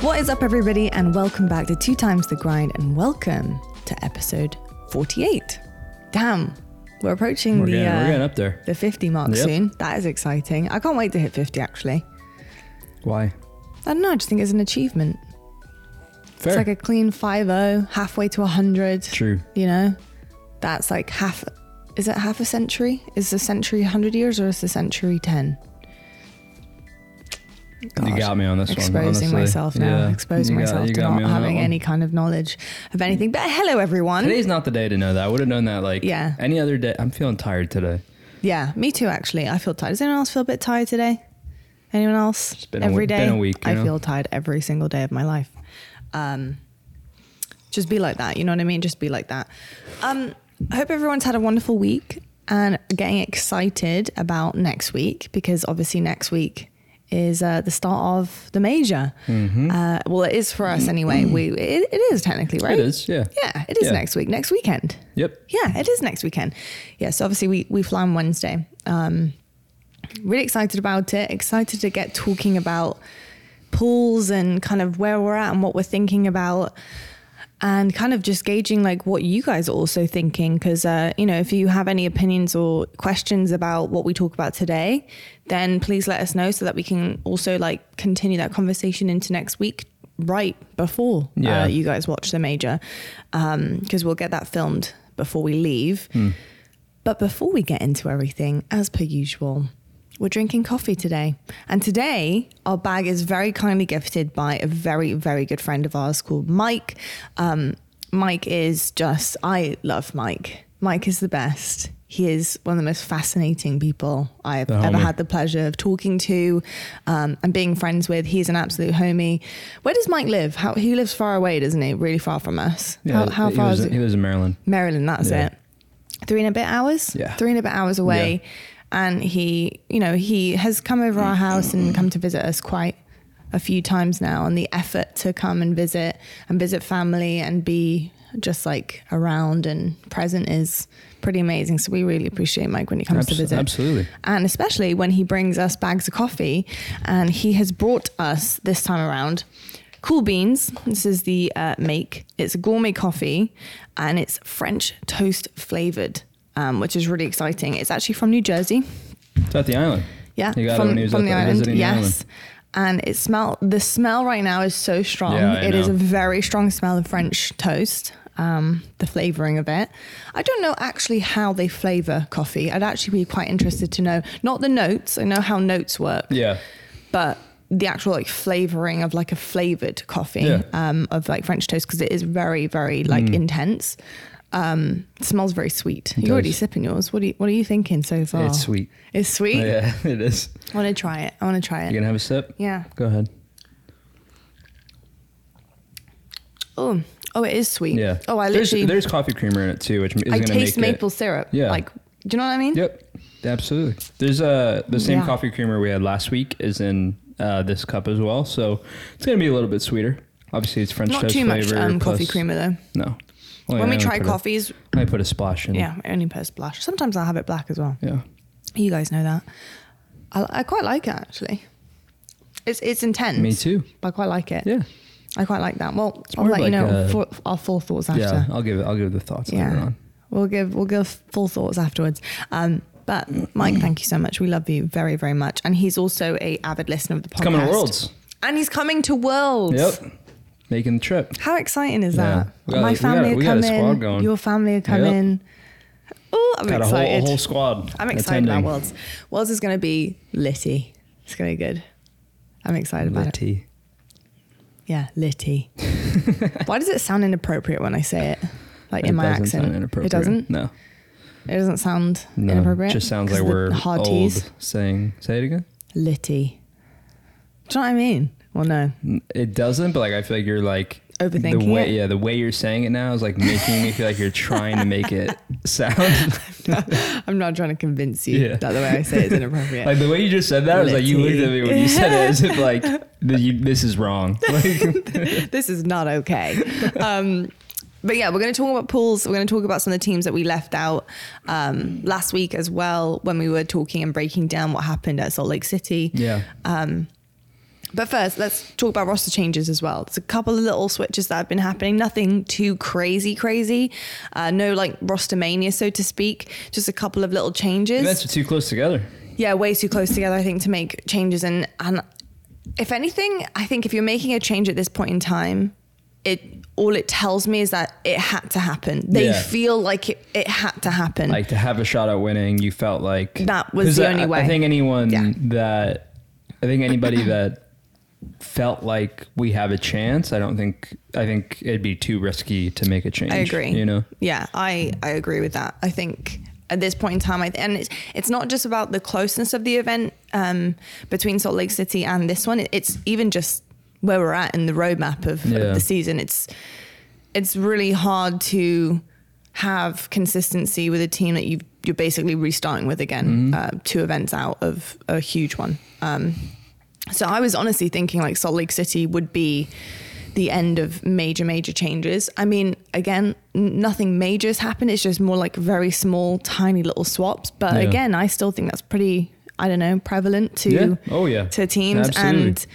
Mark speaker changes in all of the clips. Speaker 1: What is up, everybody, and welcome back to Two Times the Grind, and welcome to episode 48. Damn, we're approaching
Speaker 2: We're
Speaker 1: the
Speaker 2: getting,
Speaker 1: uh,
Speaker 2: we're getting up there.
Speaker 1: the 50 mark
Speaker 2: Yep.
Speaker 1: soon. That is exciting. I can't wait to hit 50. Actually,
Speaker 2: Why?
Speaker 1: I don't know. I just think it's an achievement.
Speaker 2: Fair.
Speaker 1: It's like a clean 5-0, halfway to 100.
Speaker 2: True.
Speaker 1: You know, that's like half. Is it half a century? Is the century 100 years or is the century 10?
Speaker 2: You got me on this
Speaker 1: exposing
Speaker 2: one. honestly.
Speaker 1: myself now,
Speaker 2: Yeah.
Speaker 1: exposing
Speaker 2: You got-
Speaker 1: myself
Speaker 2: you
Speaker 1: to
Speaker 2: got me
Speaker 1: not
Speaker 2: on that
Speaker 1: having
Speaker 2: one.
Speaker 1: any kind of knowledge of anything. But hello, everyone.
Speaker 2: Today's not the day to know that. I would have known that like
Speaker 1: Yeah.
Speaker 2: any other day. I'm feeling tired today.
Speaker 1: Yeah, me too. Actually, I feel tired. Does anyone else feel a bit tired today? Anyone else? Every day,
Speaker 2: been a week- been a week, you
Speaker 1: I
Speaker 2: know?
Speaker 1: feel tired every single day of my life. Um, just be like that. You know what I mean? Just be like that. Um, I hope everyone's had a wonderful week and getting excited about next week because obviously next week is uh, the start of the major. Uh, well, it is for us anyway. We it, it is technically right.
Speaker 2: Mm-hmm. It is. Yeah.
Speaker 1: Yeah, it is
Speaker 2: Yeah.
Speaker 1: next week. Next weekend.
Speaker 2: Yep.
Speaker 1: Yeah, it is next weekend. Yeah, so obviously we we fly on Wednesday. Um, really excited about it. Excited to get talking about pools and kind of where we're at and what we're thinking about, and kind of just gauging like what you guys are also thinking. Because uh, you know, if you have any opinions or questions about what we talk about today, then please let us know so that we can also like continue that conversation into next week. Right before
Speaker 2: Yeah.
Speaker 1: uh, you guys watch the major, because we'll get that filmed before we leave. But before we get into everything, as per usual, we're drinking coffee today. And today, our bag is very kindly gifted by a very, very good friend of ours called Mike. Um, Mike is just, I love Mike. Mike is the best. He is one of the most fascinating people I've
Speaker 2: The
Speaker 1: ever
Speaker 2: homie.
Speaker 1: had the pleasure of talking to um, and being friends with. He's an absolute homie. Where does Mike live? How, he lives far away, doesn't he? Really far from us.
Speaker 2: Yeah,
Speaker 1: how, how
Speaker 2: he
Speaker 1: far
Speaker 2: was,
Speaker 1: is it?
Speaker 2: He lives in Maryland.
Speaker 1: Maryland, that's
Speaker 2: Yeah.
Speaker 1: it. Three and a bit hours?
Speaker 2: Yeah.
Speaker 1: Three and a bit hours away. And he, you know, he has come over our house and come to visit us quite a few times now. And the effort to come and visit and visit family and be just like around and present is pretty amazing. So we really appreciate Mike when he comes to
Speaker 2: Abs-
Speaker 1: visit
Speaker 2: absolutely.
Speaker 1: and especially when he brings us bags of coffee. And he has brought us this time around Cool Beans. This is the uh, make. It's a gourmet coffee, and it's French toast flavored, um, which is really exciting. It's actually from New Jersey.
Speaker 2: It's at the island.
Speaker 1: Yeah,
Speaker 2: You got it
Speaker 1: from,
Speaker 2: when he was
Speaker 1: from
Speaker 2: out
Speaker 1: the
Speaker 2: there
Speaker 1: island.
Speaker 2: visiting the
Speaker 1: yes.
Speaker 2: island.
Speaker 1: And it smell the smell right now is so strong.
Speaker 2: Yeah, I
Speaker 1: It is
Speaker 2: know.
Speaker 1: a very strong smell of French toast. Um, the flavoring of it. I don't know actually how they flavor coffee. I'd actually be quite interested to know not the notes. I know how notes work,
Speaker 2: Yeah.
Speaker 1: but the actual like flavoring of like a flavored coffee
Speaker 2: Yeah. Mm.
Speaker 1: um, of like French toast because it is very very like intense. Um, it smells very sweet. You're already
Speaker 2: does.
Speaker 1: sipping yours. What are you, what are you thinking so far?
Speaker 2: It's sweet.
Speaker 1: It's sweet.
Speaker 2: Oh, Yeah, it is.
Speaker 1: I want to try it. I want to try
Speaker 2: You
Speaker 1: it.
Speaker 2: gonna have a sip?
Speaker 1: Yeah.
Speaker 2: Go ahead.
Speaker 1: Oh, oh, it is sweet.
Speaker 2: Yeah.
Speaker 1: Oh, I
Speaker 2: there's,
Speaker 1: literally,
Speaker 2: there's coffee creamer in it too, which is
Speaker 1: I
Speaker 2: gonna
Speaker 1: taste
Speaker 2: make it-
Speaker 1: maple syrup.
Speaker 2: Yeah.
Speaker 1: Like, do you know what I mean?
Speaker 2: Yep, absolutely. There's uh, the same
Speaker 1: Yeah.
Speaker 2: coffee creamer we had last week is in uh, this cup as well, so it's gonna be a little bit sweeter. Obviously, it's French
Speaker 1: Not
Speaker 2: toast
Speaker 1: too much
Speaker 2: flavor
Speaker 1: um,
Speaker 2: plus- Oh,
Speaker 1: coffee creamer though.
Speaker 2: No.
Speaker 1: when we try coffees,
Speaker 2: I put a splash in.
Speaker 1: yeah, I only put a splash. Sometimes I'll have it black as well.
Speaker 2: Yeah.
Speaker 1: You guys know that. I, I quite like it actually. It's it's intense.
Speaker 2: Me too.
Speaker 1: But I quite like it.
Speaker 2: Yeah.
Speaker 1: I quite like that. Well, I'll
Speaker 2: more
Speaker 1: let you
Speaker 2: like
Speaker 1: know
Speaker 2: a-
Speaker 1: for, our full thoughts after.
Speaker 2: Yeah. I'll give it. I'll give the thoughts later on.
Speaker 1: We'll give we'll give full thoughts afterwards. Um, but
Speaker 2: Mm.
Speaker 1: Mike, thank you so much. We love you very very much, and he's also a avid listener of the podcast.
Speaker 2: coming to Worlds.
Speaker 1: and he's coming to Worlds.
Speaker 2: Yep. Making the trip.
Speaker 1: How exciting is
Speaker 2: Yeah.
Speaker 1: that?
Speaker 2: We got-
Speaker 1: My
Speaker 2: we got-
Speaker 1: family
Speaker 2: we got
Speaker 1: are
Speaker 2: a
Speaker 1: coming.
Speaker 2: squad going.
Speaker 1: Your family are coming. Oh, I'm
Speaker 2: Got a whole,
Speaker 1: excited.
Speaker 2: a whole squad.
Speaker 1: I'm excited about
Speaker 2: attending.
Speaker 1: Worlds. Worlds is going to be litty. It's going to be good. I'm excited about it.
Speaker 2: Litty.
Speaker 1: Yeah, litty. Why does it sound inappropriate when I say it? Like
Speaker 2: It
Speaker 1: in my
Speaker 2: doesn't
Speaker 1: accent,
Speaker 2: sound inappropriate.
Speaker 1: it doesn't.
Speaker 2: No.
Speaker 1: It doesn't sound
Speaker 2: No.
Speaker 1: inappropriate.
Speaker 2: Just sounds
Speaker 1: 'Cause
Speaker 2: like
Speaker 1: the
Speaker 2: we're
Speaker 1: hard
Speaker 2: old
Speaker 1: T's.
Speaker 2: saying. Say it again.
Speaker 1: Litty. Do you know what I mean? Well, no.
Speaker 2: Mm. It doesn't, but like I feel like you're like
Speaker 1: Overthinking
Speaker 2: the way.
Speaker 1: it?
Speaker 2: Yeah, the way you're saying it now is like making me feel like you're trying to make it sound
Speaker 1: I'm not trying to convince you
Speaker 2: Yeah.
Speaker 1: that the way I say it is inappropriate.
Speaker 2: like the way you just said that. I was like you looked at me when you said it as if like th- you, this is wrong. Like,
Speaker 1: this is not okay. Um, but yeah, we're going to talk about pools. We're going to talk about some of the teams that we left out um, last week as well when we were talking and breaking down what happened at Salt Lake City.
Speaker 2: yeah,
Speaker 1: But first, let's talk about roster changes as well. There's a couple of little switches that have been happening. Nothing too crazy, crazy. Uh, no like roster mania, so to speak. Just a couple of little changes.
Speaker 2: That's too close together.
Speaker 1: yeah, way too close together, I think, to make changes. And and if anything, I think if you're making a change at this point in time, it all it tells me is that it had to happen. They
Speaker 2: Yeah.
Speaker 1: feel like it, it had to happen.
Speaker 2: Like to have a shot at winning, you felt like
Speaker 1: That was
Speaker 2: 'Cause
Speaker 1: the
Speaker 2: I-
Speaker 1: only way.
Speaker 2: I think anyone
Speaker 1: Yeah.
Speaker 2: that I think anybody that felt like we have a chance, I don't think I think it'd be too risky to make a change.
Speaker 1: I agree.
Speaker 2: You know,
Speaker 1: Yeah, I I agree with that. I think at this point in time, I th- and it's it's not just about the closeness of the event um, between Salt Lake City and this one. It- It's even just where we're at in the roadmap of, of
Speaker 2: Yeah.
Speaker 1: the season. It's it's really hard to have consistency with a team that you you're basically restarting with again,
Speaker 2: Mm-hmm.
Speaker 1: uh, two events out of a huge one. So I was honestly thinking like Salt Lake City would be the end of major, major changes. I mean, again, n- nothing major has happened. It's just more like very small, tiny little swaps. But
Speaker 2: Yeah.
Speaker 1: again, I still think that's pretty, I don't know, prevalent to
Speaker 2: Yeah. Oh, yeah.
Speaker 1: to teams.
Speaker 2: Absolutely.
Speaker 1: And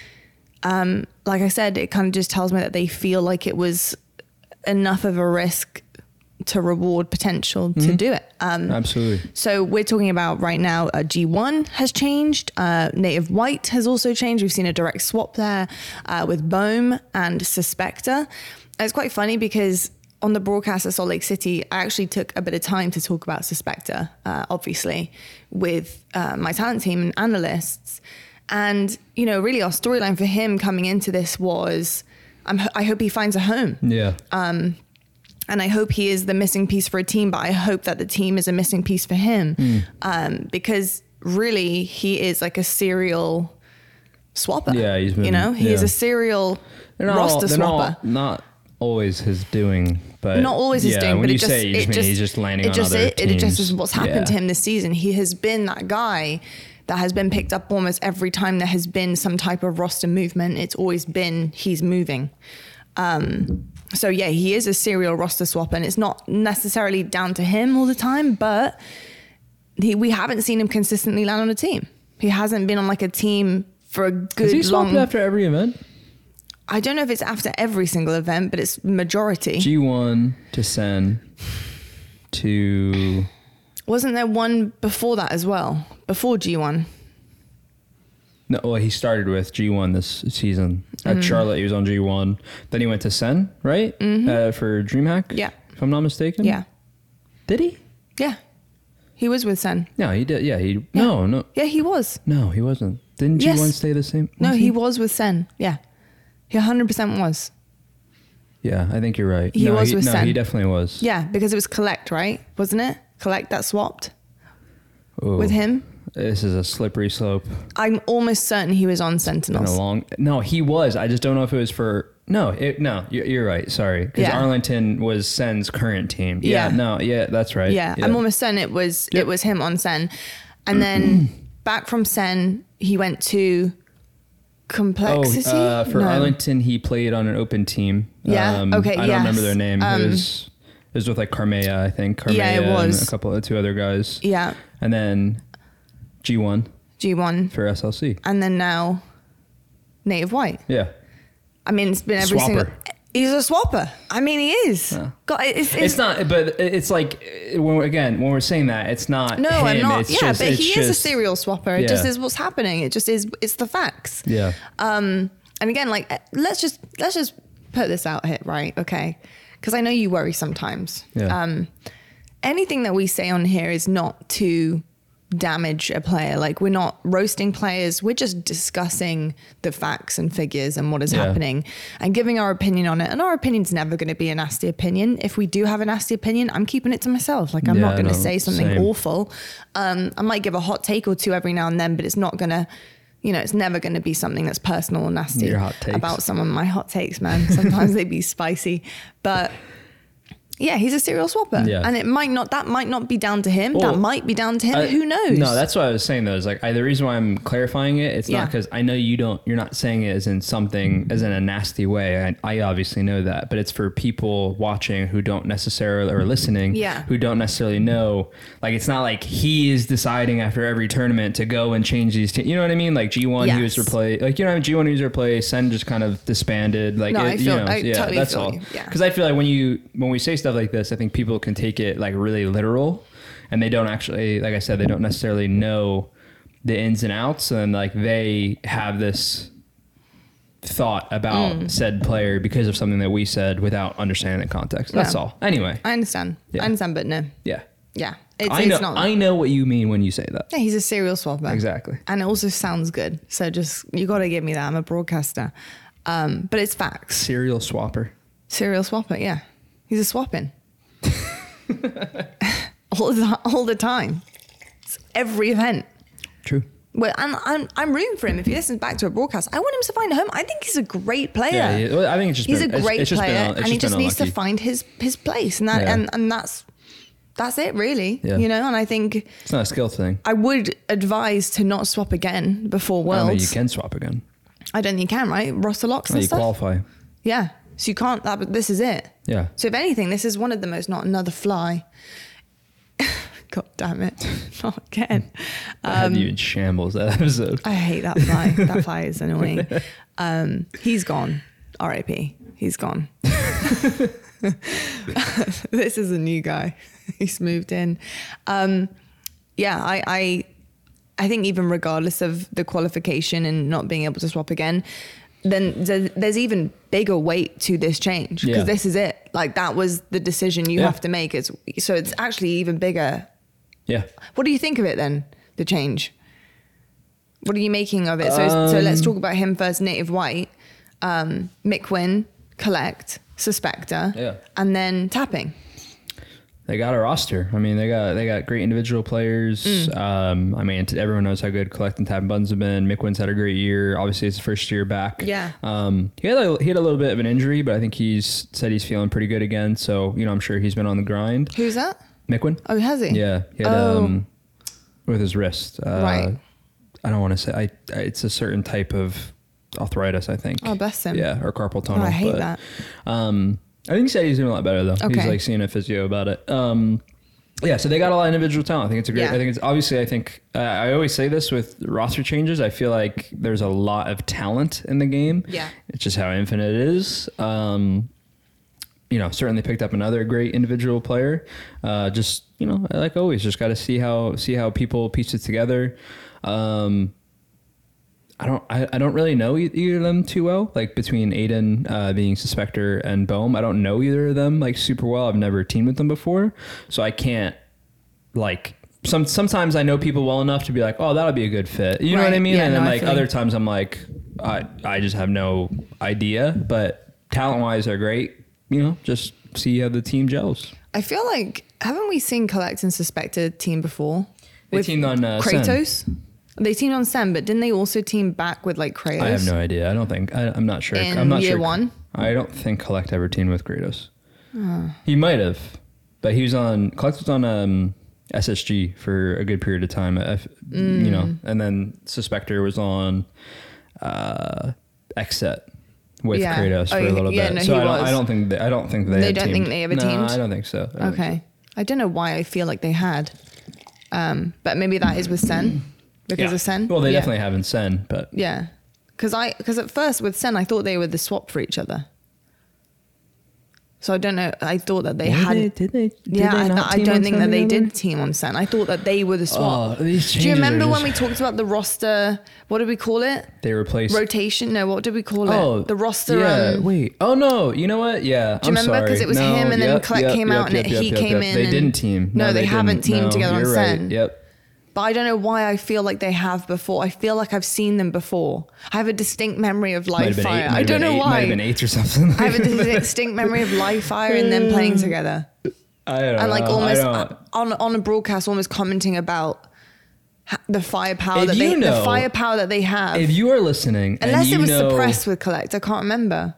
Speaker 1: um, like I said, it kind of just tells me that they feel like it was enough of a risk to reward potential
Speaker 2: Mm-hmm.
Speaker 1: to do it. Um,
Speaker 2: absolutely.
Speaker 1: so we're talking about right now. Uh, G1 has changed. Uh, Native White has also changed. We've seen a direct swap there uh, with Bohm and Suspector. And It's quite funny because on the broadcast at Salt Lake City, I actually took a bit of time to talk about Suspector, uh, obviously, with uh, my talent team and analysts. And you know, really, our storyline for him coming into this was, I'm, I hope he finds a home
Speaker 2: Yeah.
Speaker 1: Uh, and I hope he is the missing piece for a team, but I hope that the team is a missing piece for him
Speaker 2: Hmm.
Speaker 1: um, because really he is like a serial swapper.
Speaker 2: Yeah, he's been-
Speaker 1: you know he is
Speaker 2: yeah.
Speaker 1: a serial
Speaker 2: they're not all-
Speaker 1: roster
Speaker 2: they're
Speaker 1: swapper.
Speaker 2: Not, not always his doing, but
Speaker 1: not always his
Speaker 2: yeah,
Speaker 1: doing,
Speaker 2: when
Speaker 1: but
Speaker 2: you
Speaker 1: it just
Speaker 2: say you
Speaker 1: it
Speaker 2: mean
Speaker 1: just
Speaker 2: he's just landing
Speaker 1: it
Speaker 2: on
Speaker 1: just
Speaker 2: other
Speaker 1: it, it just
Speaker 2: teams.
Speaker 1: is what's happened
Speaker 2: Yeah.
Speaker 1: to him this season. He has been that guy that has been picked up almost every time there has been some type of roster movement. It's always been he's moving. Um, so yeah, he is a serial roster swap, and it's not necessarily down to him all the time, but he, we haven't seen him consistently land on a team. He hasn't been on like a team for a
Speaker 2: Is he
Speaker 1: good
Speaker 2: swapped
Speaker 1: long.
Speaker 2: after every event?
Speaker 1: I don't know if it's after every single event, but it's majority.
Speaker 2: G one to send to
Speaker 1: Wasn't there one before that as well? Before G1?
Speaker 2: No, well, he started with G1 this season. At
Speaker 1: Mm-hmm.
Speaker 2: Charlotte, he was on G1. Then he went to Sen, right? Uh, for DreamHack?
Speaker 1: Mm-hmm. Yeah.
Speaker 2: If I'm not mistaken?
Speaker 1: Yeah.
Speaker 2: Did he?
Speaker 1: Yeah. He was with Sen.
Speaker 2: No, he did. Yeah, he. No, no.
Speaker 1: Yeah, he was.
Speaker 2: No, he wasn't. Didn't
Speaker 1: Yes.
Speaker 2: G1 stay the same?
Speaker 1: No,
Speaker 2: was
Speaker 1: he was with Sen. Yeah. He 100% was.
Speaker 2: Yeah, I think you're right.
Speaker 1: He
Speaker 2: no,
Speaker 1: was
Speaker 2: he,
Speaker 1: with
Speaker 2: No,
Speaker 1: Sen.
Speaker 2: he definitely was.
Speaker 1: Yeah, because it was Collect, right? Wasn't it? Collect that swapped
Speaker 2: Ooh.
Speaker 1: with him.
Speaker 2: This is a slippery slope.
Speaker 1: I'm almost certain he was on
Speaker 2: And
Speaker 1: Sentinels.
Speaker 2: a long. No, he was. I just don't know if it was for. No, it, no, you're, you're right. Sorry, because
Speaker 1: Yeah.
Speaker 2: Arlington was Sen's current team. Yeah,
Speaker 1: Yeah.
Speaker 2: No. Yeah, that's right.
Speaker 1: yeah, I'm almost certain it was it was him on Sen. And then back from Sen, he went to Complexity.
Speaker 2: Oh, uh, for
Speaker 1: No.
Speaker 2: Arlington, he played on an open team. Um,
Speaker 1: Yeah? Okay,
Speaker 2: I don't
Speaker 1: yes.
Speaker 2: remember their name. it, was, it was with like Carmea, I think. Carmea
Speaker 1: Yeah, it was.
Speaker 2: And a couple of two other guys.
Speaker 1: Yeah,
Speaker 2: And then G1
Speaker 1: G1.
Speaker 2: for SLC.
Speaker 1: And then now Native White.
Speaker 2: Yeah.
Speaker 1: I mean, it's been every
Speaker 2: Swapper.
Speaker 1: single. He's a swapper. I mean, he is. God, it's, it's,
Speaker 2: It's not, but it's like, uh, when, again, when we're saying that, it's not.
Speaker 1: no,
Speaker 2: him,
Speaker 1: I'm not.
Speaker 2: It's
Speaker 1: yeah,
Speaker 2: just,
Speaker 1: but
Speaker 2: it's
Speaker 1: he is a
Speaker 2: just-
Speaker 1: serial swapper. It just
Speaker 2: Yeah.
Speaker 1: is what's happening. It just is. It's the facts.
Speaker 2: Yeah.
Speaker 1: Um, and again, like eh, let's just let's just put this out here, right? Okay, because I know you worry sometimes.
Speaker 2: Yeah.
Speaker 1: Um, anything that we say on here is not to damage a player. Like we're not roasting players. We're just discussing the facts and figures and what is
Speaker 2: Yeah.
Speaker 1: happening and giving our opinion on it. And our opinion's never going to be a nasty opinion. If we do have a nasty opinion, I'm keeping it to myself. Like I'm
Speaker 2: Yeah,
Speaker 1: not going to
Speaker 2: no,
Speaker 1: say something
Speaker 2: same.
Speaker 1: awful. Um, I might give a hot take or two every now and then, but it's not going to. You know, it's never going to be something that's personal or nasty
Speaker 2: Your hot takes.
Speaker 1: about someone. My hot takes, man. Sometimes they be spicy, but Yeah, he's a serial swapper,
Speaker 2: Yeah.
Speaker 1: and it might not. That might not be down to him.
Speaker 2: Well,
Speaker 1: that might be down to him.
Speaker 2: I-
Speaker 1: Who knows?
Speaker 2: uh, No, that's what I was saying though. Is like I, the reason why I'm clarifying it. It's not
Speaker 1: Yeah.
Speaker 2: because I know you don't. You're not saying it as in something as in a nasty way. I, I obviously know that, but it's for people watching who don't necessarily or listening.
Speaker 1: Yeah.
Speaker 2: Who don't necessarily know. Like it's not like he is deciding after every tournament to go and change these. Te- you know what I mean? Like G one, he was
Speaker 1: Yes.
Speaker 2: replaced. Like you know, G one, he was replaced. Sen just kind of disbanded. Like
Speaker 1: No, I
Speaker 2: you
Speaker 1: feel-
Speaker 2: know,
Speaker 1: I
Speaker 2: yeah,
Speaker 1: totally
Speaker 2: that's
Speaker 1: feel
Speaker 2: all.
Speaker 1: you. Yeah.
Speaker 2: Because I feel like when you when we say stuff like this, I think people can take it like really literal, and they don't actually, like I said, they don't necessarily know the ins and outs, and like they have this thought about
Speaker 1: Mm.
Speaker 2: said player because of something that we said without understanding the context. That's
Speaker 1: Yeah.
Speaker 2: all. Anyway,
Speaker 1: I understand.
Speaker 2: Yeah.
Speaker 1: I understand, but no.
Speaker 2: yeah,
Speaker 1: Yeah, it's,
Speaker 2: I know.
Speaker 1: it's not.
Speaker 2: I know what you mean when you say that.
Speaker 1: yeah, he's a serial swapper.
Speaker 2: Exactly.
Speaker 1: and it also sounds good. So just you got to give me that. I'm a broadcaster, um, but it's facts.
Speaker 2: Serial swapper.
Speaker 1: Serial swapper. Yeah, he's a swapping all the all the time. It's every event.
Speaker 2: True.
Speaker 1: Well, and I'm I'm rooting for him. If he listens back to a broadcast, I want him to find a home. I think he's a great player.
Speaker 2: Yeah, yeah. Well, I think it's just
Speaker 1: he's
Speaker 2: been-
Speaker 1: a
Speaker 2: it's-
Speaker 1: great
Speaker 2: it's just been
Speaker 1: player,
Speaker 2: un- it's
Speaker 1: and he
Speaker 2: just
Speaker 1: just
Speaker 2: been
Speaker 1: needs to
Speaker 2: unlucky.
Speaker 1: find his his place. And that
Speaker 2: Yeah.
Speaker 1: and, and that's that's it, really.
Speaker 2: Yeah.
Speaker 1: You know, and I think
Speaker 2: It's not a skill thing.
Speaker 1: I would advise to not swap again before
Speaker 2: I don't
Speaker 1: Worlds.
Speaker 2: think you can swap again.
Speaker 1: I don't think you can, right? Roster locks
Speaker 2: No,
Speaker 1: and
Speaker 2: you
Speaker 1: stuff.
Speaker 2: qualify.
Speaker 1: Yeah, so you can't. That, but this is it.
Speaker 2: Yeah.
Speaker 1: So if anything, this is one of the most not another fly. God damn it! Not again.
Speaker 2: I had you in shambles that episode.
Speaker 1: Um, I hate that fly. that fly is annoying. Um, he's gone. RIP. He's gone. this is a new guy. He's moved in. Um, yeah, I, I, I think even regardless of the qualification and not being able to swap again, then th- there's even bigger weight to this change because
Speaker 2: Yeah.
Speaker 1: this is it. Like that was the decision you
Speaker 2: Yeah.
Speaker 1: have to make. It's so it's actually even bigger.
Speaker 2: Yeah.
Speaker 1: What do you think of it then? The change. What are you making of it? So, so let's
Speaker 2: Um,
Speaker 1: talk about him first. Native White, um, Mick Wynn, collect, suspector,
Speaker 2: Yeah.
Speaker 1: and then tapping.
Speaker 2: They got a roster. I mean, they got they got great individual players.
Speaker 1: Mm.
Speaker 2: Um, I mean, t- everyone knows how good collecting tab buns have been. Mick Wynn's had a great year. Obviously, it's the first year back.
Speaker 1: Yeah.
Speaker 2: Um, he had a, he had a little bit of an injury, but I think he's said he's feeling pretty good again. So you know, I'm sure he's been on the grind.
Speaker 1: Who's that?
Speaker 2: Mick Wynn.
Speaker 1: Oh, has he?
Speaker 2: Yeah. He had,
Speaker 1: Oh.
Speaker 2: um, with his wrist. Uh,
Speaker 1: Right.
Speaker 2: I don't want to say. I, I. It's a certain type of arthritis. I think.
Speaker 1: Oh, bless him.
Speaker 2: Yeah, or carpal
Speaker 1: Oh,
Speaker 2: tunnel.
Speaker 1: I hate
Speaker 2: but-
Speaker 1: that.
Speaker 2: Um, I think he said he's doing a lot better though. He's
Speaker 1: Okay.
Speaker 2: like seeing a physio about it. Um, yeah, so they got a lot of individual talent. I think it's a great.
Speaker 1: Yeah.
Speaker 2: I think it's obviously. I think uh, I always say this with roster changes. I feel like there's a lot of talent in the game.
Speaker 1: Yeah.
Speaker 2: it's just how infinite it is. Um, you know, certainly picked up another great individual player. Uh, just you know, like always, just got to see how see how people piece it together. Um, I don't I, I don't really know e- either of them too well. Like between Aiden uh, being Suspector and Bohm, I don't know either of them like super well. I've never teamed with them before, so I can't like some sometimes I know people well enough to be like, oh, that'll be a good fit. You know what I
Speaker 1: Right.
Speaker 2: mean?
Speaker 1: Yeah,
Speaker 2: and then
Speaker 1: no, I
Speaker 2: like
Speaker 1: feel you.
Speaker 2: other times I'm like, I I just have no idea. But talent wise, they're great. You know, just see how the team gels.
Speaker 1: I feel like haven't we seen collect and suspected team before?
Speaker 2: They teamed on, uh, Sen.
Speaker 1: Kratos. They teamed on Sen, but didn't they also team back with like Kratos?
Speaker 2: I have no idea. I don't think I, I'm not sure.
Speaker 1: In
Speaker 2: I'm not
Speaker 1: year
Speaker 2: sure.
Speaker 1: one?
Speaker 2: I don't think Collect ever teamed with Kratos.
Speaker 1: Oh.
Speaker 2: He might have, but he was on Collect was on um, SSG for a good period of time. If, You know,
Speaker 1: Mm.
Speaker 2: and then Suspector was on uh, Xset with
Speaker 1: Yeah.
Speaker 2: Kratos
Speaker 1: Oh,
Speaker 2: for a little
Speaker 1: yeah,
Speaker 2: bit.
Speaker 1: no,
Speaker 2: so
Speaker 1: he
Speaker 2: I don't,
Speaker 1: was.
Speaker 2: I don't think they, I don't think they.
Speaker 1: They
Speaker 2: had
Speaker 1: don't
Speaker 2: teamed.
Speaker 1: think they ever
Speaker 2: no,
Speaker 1: teamed?
Speaker 2: I don't think so. I don't think
Speaker 1: Okay. I don't know why I feel like they had, um, but maybe that is with Sen
Speaker 2: so.
Speaker 1: because
Speaker 2: Yeah.
Speaker 1: of Sen.
Speaker 2: Well, they
Speaker 1: Yeah.
Speaker 2: definitely haven't Sen, but
Speaker 1: Yeah, because I because at first with Sen I thought they were the swap for each other. So I don't know. I thought that they
Speaker 2: Were
Speaker 1: had.
Speaker 2: they- did they? Did
Speaker 1: yeah,
Speaker 2: they
Speaker 1: I,
Speaker 2: not
Speaker 1: I
Speaker 2: team on
Speaker 1: don't think
Speaker 2: Sen
Speaker 1: that they
Speaker 2: together?
Speaker 1: did team on Sen. I thought that they were the swap.
Speaker 2: Oh, these
Speaker 1: Do you
Speaker 2: changes are
Speaker 1: remember when
Speaker 2: just-
Speaker 1: we talked about the roster? What did we call it?
Speaker 2: They replaced
Speaker 1: Rotation? No, what did we call it? the roster.
Speaker 2: Oh, Yeah,
Speaker 1: um,
Speaker 2: wait. Oh no. You know what? Yeah.
Speaker 1: do you
Speaker 2: I'm
Speaker 1: remember? 'Cause
Speaker 2: sorry.
Speaker 1: it was him and then Collect came out and he came in
Speaker 2: They
Speaker 1: and-
Speaker 2: didn't team.
Speaker 1: No, they haven't
Speaker 2: didn't.
Speaker 1: teamed
Speaker 2: No,
Speaker 1: together on
Speaker 2: you're right.
Speaker 1: Sen.
Speaker 2: Yep.
Speaker 1: But I don't know why I feel like they have before. I feel like I've seen them before. I have a distinct memory of
Speaker 2: Might
Speaker 1: live
Speaker 2: have been
Speaker 1: fire.
Speaker 2: eight. might
Speaker 1: I
Speaker 2: have
Speaker 1: don't
Speaker 2: been
Speaker 1: know
Speaker 2: eight- Might
Speaker 1: why.
Speaker 2: have been eight or something.
Speaker 1: I have a distinct memory of live fire and them playing together.
Speaker 2: I don't know.
Speaker 1: and like
Speaker 2: Um, I
Speaker 1: almost uh,
Speaker 2: don't,
Speaker 1: on on a broadcast, almost commenting about ha- the firepower
Speaker 2: If
Speaker 1: that they
Speaker 2: you know-
Speaker 1: the firepower that they have.
Speaker 2: if you are listening, and
Speaker 1: Unless
Speaker 2: you
Speaker 1: it was
Speaker 2: know,
Speaker 1: suppressed with collect, I can't remember.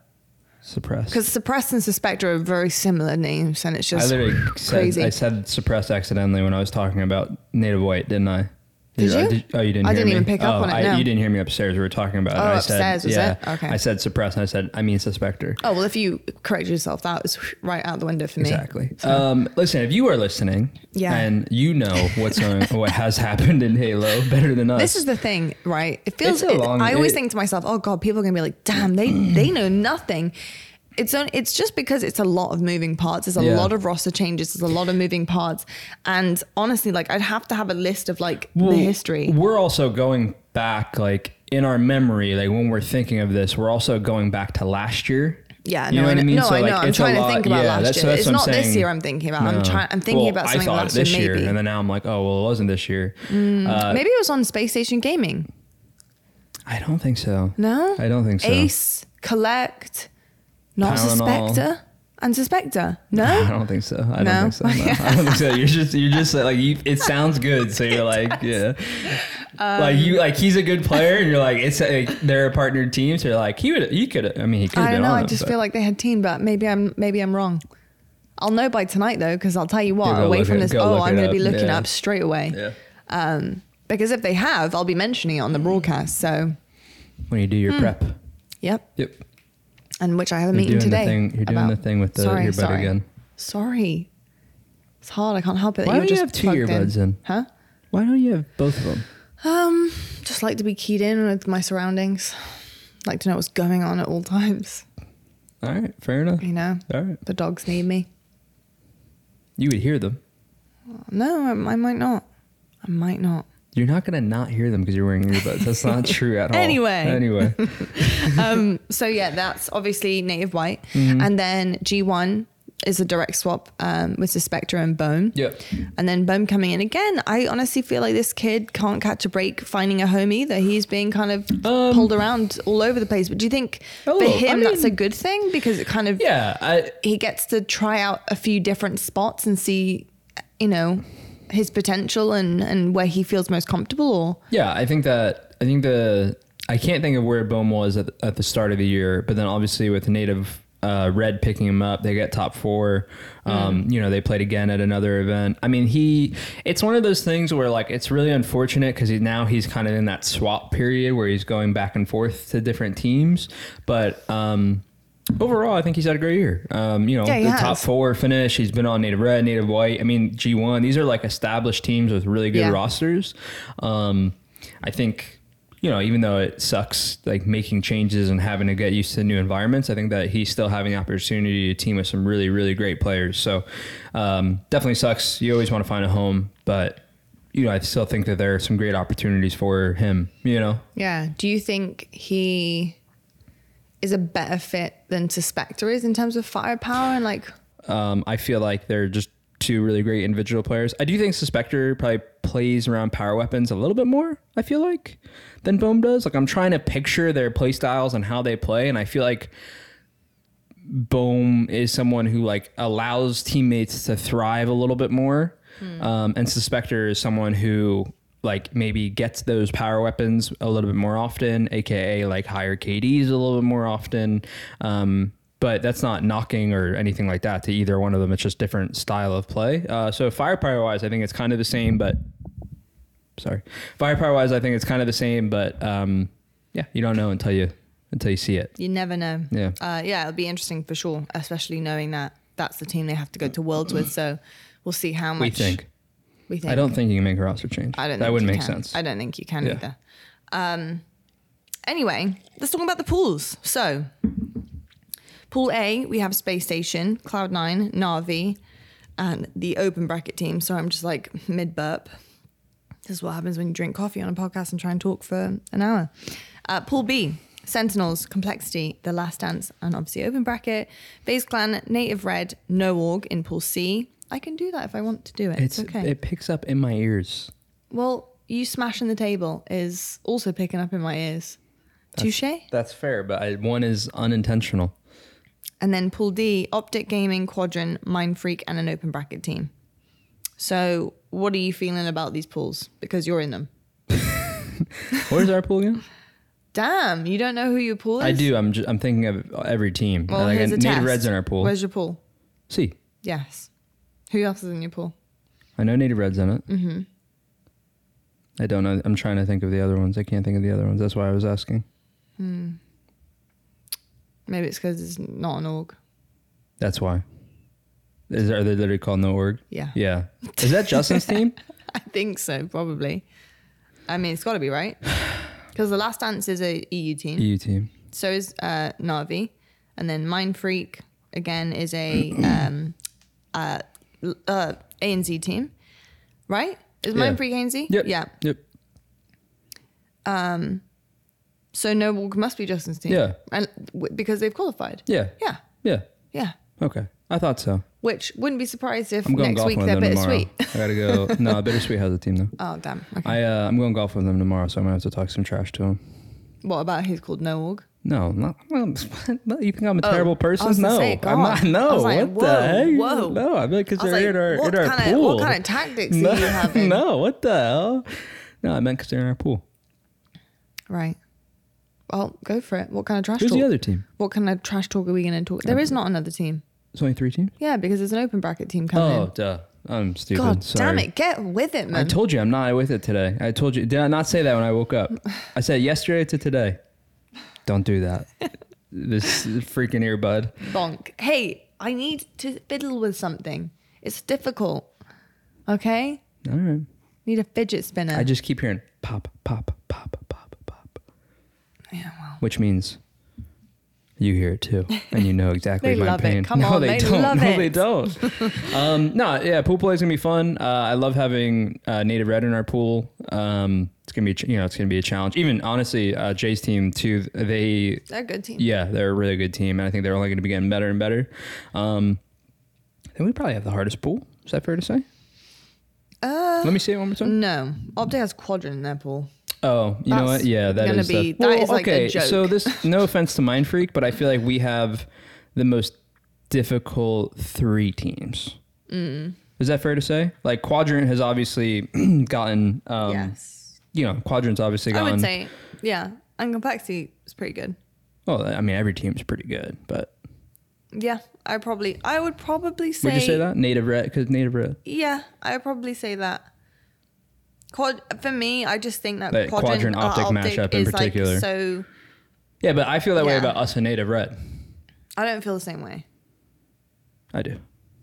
Speaker 2: Suppress.
Speaker 1: Because suppressed and suspect are very similar names, and it's
Speaker 2: I
Speaker 1: just
Speaker 2: literally said
Speaker 1: crazy.
Speaker 2: I said suppress accidentally when I was talking about native white, didn't I?
Speaker 1: Did you?
Speaker 2: oh, you didn't.
Speaker 1: I
Speaker 2: hear
Speaker 1: didn't
Speaker 2: me.
Speaker 1: even pick up
Speaker 2: Oh,
Speaker 1: on it,
Speaker 2: I-
Speaker 1: no.
Speaker 2: You didn't hear me upstairs. We were talking about. it.
Speaker 1: Oh,
Speaker 2: I
Speaker 1: upstairs
Speaker 2: said,
Speaker 1: was
Speaker 2: yeah.
Speaker 1: it? Okay.
Speaker 2: I said suppress, and I said I mean suspector.
Speaker 1: oh well, if you correct yourself, that was right out the window for me.
Speaker 2: Exactly. Um, listen, if you are listening,
Speaker 1: Yeah.
Speaker 2: and you know what's going, what has happened in Halo better than us.
Speaker 1: This is the thing, right? It feels.
Speaker 2: It's a
Speaker 1: it-
Speaker 2: long-
Speaker 1: I always
Speaker 2: it-
Speaker 1: think to myself, "Oh God, people are gonna be like, damn, they they know nothing." It's only, it's just because it's a lot of moving parts. There's a
Speaker 2: Yeah.
Speaker 1: lot of roster changes. There's a lot of moving parts, and honestly, like I'd have to have a list of like
Speaker 2: Well,
Speaker 1: the history.
Speaker 2: We're also going back, like in our memory, like when we're thinking of this, we're also going back to last year.
Speaker 1: Yeah,
Speaker 2: you
Speaker 1: no, I
Speaker 2: know what I
Speaker 1: kn-
Speaker 2: mean.
Speaker 1: no,
Speaker 2: so
Speaker 1: I
Speaker 2: like,
Speaker 1: know. I'm
Speaker 2: it's a
Speaker 1: trying to
Speaker 2: lot-
Speaker 1: think about
Speaker 2: yeah,
Speaker 1: last
Speaker 2: that's,
Speaker 1: year.
Speaker 2: That's
Speaker 1: It's
Speaker 2: what
Speaker 1: not
Speaker 2: I'm
Speaker 1: this
Speaker 2: saying.
Speaker 1: year I'm thinking about. I'm trying- I'm thinking
Speaker 2: Well,
Speaker 1: about
Speaker 2: I
Speaker 1: something
Speaker 2: thought
Speaker 1: last
Speaker 2: it this
Speaker 1: year, maybe. Mm.
Speaker 2: year, and then now I'm like, oh well, it wasn't this year. Uh,
Speaker 1: Maybe it was on Space Station Gaming.
Speaker 2: I don't think so.
Speaker 1: No,
Speaker 2: I don't think so.
Speaker 1: Ace, collect, not
Speaker 2: Tylenol.
Speaker 1: suspector, and suspector.
Speaker 2: I
Speaker 1: No,
Speaker 2: don't think so. I
Speaker 1: No?
Speaker 2: don't think so. No. I don't think so. You're just you're just like you, it sounds good, so you're like yeah,
Speaker 1: Um,
Speaker 2: like you like he's a good player, and you're like it's like they're a partnered team, so you're like he would he could I mean he could have
Speaker 1: I
Speaker 2: been
Speaker 1: don't know.
Speaker 2: on
Speaker 1: I
Speaker 2: them,
Speaker 1: just
Speaker 2: but-
Speaker 1: feel like they had team, but maybe I'm maybe I'm wrong. I'll know by tonight though, because I'll tell you what.
Speaker 2: Yeah, go
Speaker 1: away
Speaker 2: look
Speaker 1: from
Speaker 2: it-
Speaker 1: this,
Speaker 2: go
Speaker 1: oh,
Speaker 2: look
Speaker 1: I'm
Speaker 2: it
Speaker 1: going to be
Speaker 2: up.
Speaker 1: looking
Speaker 2: Yeah.
Speaker 1: up straight away.
Speaker 2: yeah.
Speaker 1: Because if they have, I'll be mentioning it on the broadcast. So,
Speaker 2: when you do your prep.
Speaker 1: yep.
Speaker 2: Yep.
Speaker 1: And which I have a
Speaker 2: You're
Speaker 1: Hmm. meeting
Speaker 2: doing
Speaker 1: today.
Speaker 2: the thing. You're doing
Speaker 1: about-
Speaker 2: the thing with the
Speaker 1: sorry,
Speaker 2: earbud
Speaker 1: sorry.
Speaker 2: again.
Speaker 1: Sorry, it's hard. I can't help it. that
Speaker 2: Why
Speaker 1: you're
Speaker 2: don't you
Speaker 1: just
Speaker 2: have two
Speaker 1: plugged
Speaker 2: earbuds in?
Speaker 1: Huh?
Speaker 2: Why don't you have both of them?
Speaker 1: Um, just like to be keyed in with my surroundings. Like to know what's going on at all times.
Speaker 2: All right, fair enough.
Speaker 1: You know,
Speaker 2: All right,
Speaker 1: the dogs need me.
Speaker 2: you would hear them.
Speaker 1: No, I, I might not. I might not.
Speaker 2: You're not gonna not hear them because you're wearing earbuds. That's not true at all.
Speaker 1: Anyway.
Speaker 2: anyway,
Speaker 1: um, so yeah, that's obviously native white,
Speaker 2: Mm-hmm.
Speaker 1: and then G one is a direct swap um, with Suspector and Bone,
Speaker 2: yep.
Speaker 1: and then Bone coming in again. I honestly feel like this kid can't catch a break finding a home either. He's being kind of
Speaker 2: Um,
Speaker 1: pulled around all over the place. But do you think
Speaker 2: Oh,
Speaker 1: for him
Speaker 2: I
Speaker 1: that's a
Speaker 2: mean-
Speaker 1: good thing because it kind of
Speaker 2: Yeah, I,
Speaker 1: he gets to try out a few different spots and see, you know, his potential and and where he feels most comfortable. Or
Speaker 2: Yeah, I think that I think the I can't think of where Bohm was at, at the start of the year, but then obviously with native uh, red picking him up, they got top four. Um,
Speaker 1: Mm.
Speaker 2: You know, they played again at another event. I mean, he it's one of those things where like it's really unfortunate because he, now he's kind of in that swap period where he's going back and forth to different teams, but. Um, Overall, I think he's had a great year. Um, you know,
Speaker 1: Yeah, he
Speaker 2: the
Speaker 1: has.
Speaker 2: top four finish. He's been on Native Red, Native White. I mean, G one. These are like established teams with really good
Speaker 1: Yeah.
Speaker 2: rosters. Um, I think you know, even though it sucks, like making changes and having to get used to new environments, I think that he's still having the opportunity to team with some really, really great players. So um, definitely sucks. You always want to find a home, but you know, I still think that there are some great opportunities for him. You know,
Speaker 1: Yeah. Do you think he is a better fit than Suspector is in terms of firepower and like?
Speaker 2: Um, I feel like they're just two really great individual players. I do think Suspector probably plays around power weapons a little bit more, I feel like, than Bohm does. Like, I'm trying to picture their play styles and how they play, and I feel like Bohm is someone who, like, allows teammates to thrive a little bit more. Um, and Suspector is someone who, like, maybe gets those power weapons a little bit more often, aka, like, higher KDs a little bit more often. Um, but that's not knocking or anything like that to either one of them. It's just different style of play. Uh, so firepower wise, I think it's kind of the same, but sorry, firepower wise, I think it's kind of the same, but um, yeah, you don't know until you until you see it.
Speaker 1: You never know.
Speaker 2: Yeah.
Speaker 1: Uh, yeah, it'll be interesting for sure, especially knowing that that's the team they have to go to Worlds with. So we'll see how much
Speaker 2: We think.
Speaker 1: we think.
Speaker 2: I don't think you can make a roster change.
Speaker 1: I don't.
Speaker 2: that
Speaker 1: think
Speaker 2: wouldn't
Speaker 1: you
Speaker 2: make
Speaker 1: can.
Speaker 2: sense.
Speaker 1: I don't think you can
Speaker 2: Yeah.
Speaker 1: either. Um. Anyway, let's talk about the pools. So, pool A, we have Space Station, Cloud Nine, Navi, and the open bracket team. So I'm just like mid burp. This is what happens when you drink coffee on a podcast and try and talk for an hour. Uh, pool B, Sentinels, Complexity, The Last Dance, and obviously Open Bracket, Phase Clan, Native Red, No Org in Pool C. I can do that if I want to do it. It's,
Speaker 2: it's
Speaker 1: okay.
Speaker 2: it picks up in my ears.
Speaker 1: Well, you smashing the table is also picking up in my ears. Touche.
Speaker 2: That's fair, but I, one is unintentional.
Speaker 1: And then Pool D, Optic Gaming, Quadrant, Mind Freak, and an open bracket team. So, what are you feeling about these pools? Because you're in them.
Speaker 2: Where's our pool again?
Speaker 1: Damn, you don't know who your pool is?
Speaker 2: I do. I'm ju- I'm thinking of every team.
Speaker 1: Well,
Speaker 2: like I
Speaker 1: here's a
Speaker 2: need
Speaker 1: test.
Speaker 2: Reds in our pool.
Speaker 1: Where's your pool?
Speaker 2: See,
Speaker 1: Yes. Who else is in your pool?
Speaker 2: I know Native Red's in it. Mm-hmm. I don't know. I'm trying to think of the other ones. I can't think of the other ones. That's why I was asking.
Speaker 1: Maybe it's because it's not an org.
Speaker 2: That's why. Is are they literally called no org?
Speaker 1: Yeah.
Speaker 2: Yeah. Is that Justin's team?
Speaker 1: I think so, probably. I mean, it's got to be right. Because the last dance is a EU team.
Speaker 2: EU E team.
Speaker 1: So is uh, Navi, and then Mind Freak again is a um, uh, l- uh, ANZ team, right? Is Mind
Speaker 2: Yeah.
Speaker 1: Freak ANZ?
Speaker 2: Yep.
Speaker 1: Yeah.
Speaker 2: Yep.
Speaker 1: So no walk must be Justin's team.
Speaker 2: Yeah.
Speaker 1: And w- because they've qualified.
Speaker 2: Yeah.
Speaker 1: Yeah.
Speaker 2: Yeah.
Speaker 1: Yeah.
Speaker 2: Okay. I thought so.
Speaker 1: Which wouldn't be surprised if
Speaker 2: I'm going
Speaker 1: next
Speaker 2: golfing
Speaker 1: week
Speaker 2: with
Speaker 1: they're
Speaker 2: them tomorrow.
Speaker 1: bittersweet.
Speaker 2: I gotta go. No, bittersweet has a team though.
Speaker 1: Oh damn. Okay.
Speaker 2: I uh, I'm going golfing with them tomorrow, so I'm gonna have to talk some trash to him.
Speaker 1: What about who's called No Org?
Speaker 2: No, not, well, not- you think I'm a terrible person?
Speaker 1: Oh, I was gonna
Speaker 2: no,
Speaker 1: say,
Speaker 2: I'm not.
Speaker 1: God. I
Speaker 2: No,
Speaker 1: was like,
Speaker 2: what
Speaker 1: whoa,
Speaker 2: the heck?
Speaker 1: whoa.
Speaker 2: No, I feel like because
Speaker 1: I was
Speaker 2: they're
Speaker 1: like,
Speaker 2: in our,
Speaker 1: what
Speaker 2: in our
Speaker 1: kinda-
Speaker 2: pool.
Speaker 1: what kind of tactics
Speaker 2: no,
Speaker 1: are you having?
Speaker 2: no, what the hell? No, I meant because they're in our pool.
Speaker 1: Right. Well, go for it. What kind of trash
Speaker 2: Who's
Speaker 1: talk?
Speaker 2: the other team?
Speaker 1: What kind of trash talk are we going to talk? There is not another team.
Speaker 2: It's only three teams.
Speaker 1: Yeah, because there's an open bracket team coming.
Speaker 2: Oh,
Speaker 1: in.
Speaker 2: duh. I'm stupid.
Speaker 1: God
Speaker 2: Sorry.
Speaker 1: damn it! Get with it,
Speaker 2: I
Speaker 1: man.
Speaker 2: told you I'm not with it today. I told you. Did I not say that when I woke up? I said yesterday to today. Don't do that. this freaking earbud.
Speaker 1: Bonk. Hey, I need to fiddle with something. It's difficult. Okay,
Speaker 2: All right.
Speaker 1: need a fidget spinner.
Speaker 2: I just keep hearing pop, pop, pop, pop, pop.
Speaker 1: yeah, well,
Speaker 2: which means you hear it too, and you know exactly
Speaker 1: They
Speaker 2: my
Speaker 1: love it.
Speaker 2: pain.
Speaker 1: Come
Speaker 2: no,
Speaker 1: on,
Speaker 2: they,
Speaker 1: they
Speaker 2: don't.
Speaker 1: love
Speaker 2: no,
Speaker 1: it.
Speaker 2: they don't. um, no, yeah, pool play is gonna be fun. Uh, I love having uh, native red in our pool. Um, it's gonna be, a ch- you know, it's gonna be a challenge. Even honestly, uh, Jay's team too. They,
Speaker 1: they're a good team.
Speaker 2: yeah, they're a really good team, and I think they're only gonna be getting better and better. Um, then we probably have the hardest pool. Is that fair to say?
Speaker 1: Uh,
Speaker 2: Let me say it one more time.
Speaker 1: no, Optic has quadrant in their pool.
Speaker 2: Oh, you know
Speaker 1: That's
Speaker 2: what? Yeah, that
Speaker 1: gonna
Speaker 2: is
Speaker 1: be-
Speaker 2: the-
Speaker 1: that is like a joke.
Speaker 2: So this, no offense to Mind Freak, but I feel like we have the most difficult three teams.
Speaker 1: Mm.
Speaker 2: Is that fair to say? Like Quadrant has obviously gotten, um,
Speaker 1: yes,
Speaker 2: you know, Quadrant's obviously
Speaker 1: I
Speaker 2: gotten.
Speaker 1: would say yeah. And complexity is pretty good.
Speaker 2: well, I mean, every team's pretty good, but
Speaker 1: Yeah, I probably I would probably say
Speaker 2: would you say that Native Red? Because Native Red,
Speaker 1: Yeah, I would probably say that. Quad for me, I just think that
Speaker 2: That
Speaker 1: quadrant,
Speaker 2: quadrant optic
Speaker 1: uh,
Speaker 2: mashup in
Speaker 1: is
Speaker 2: particular.
Speaker 1: Like so
Speaker 2: yeah, but I feel that way
Speaker 1: Yeah.
Speaker 2: about us and Native Red.
Speaker 1: I don't feel the same way.
Speaker 2: I do.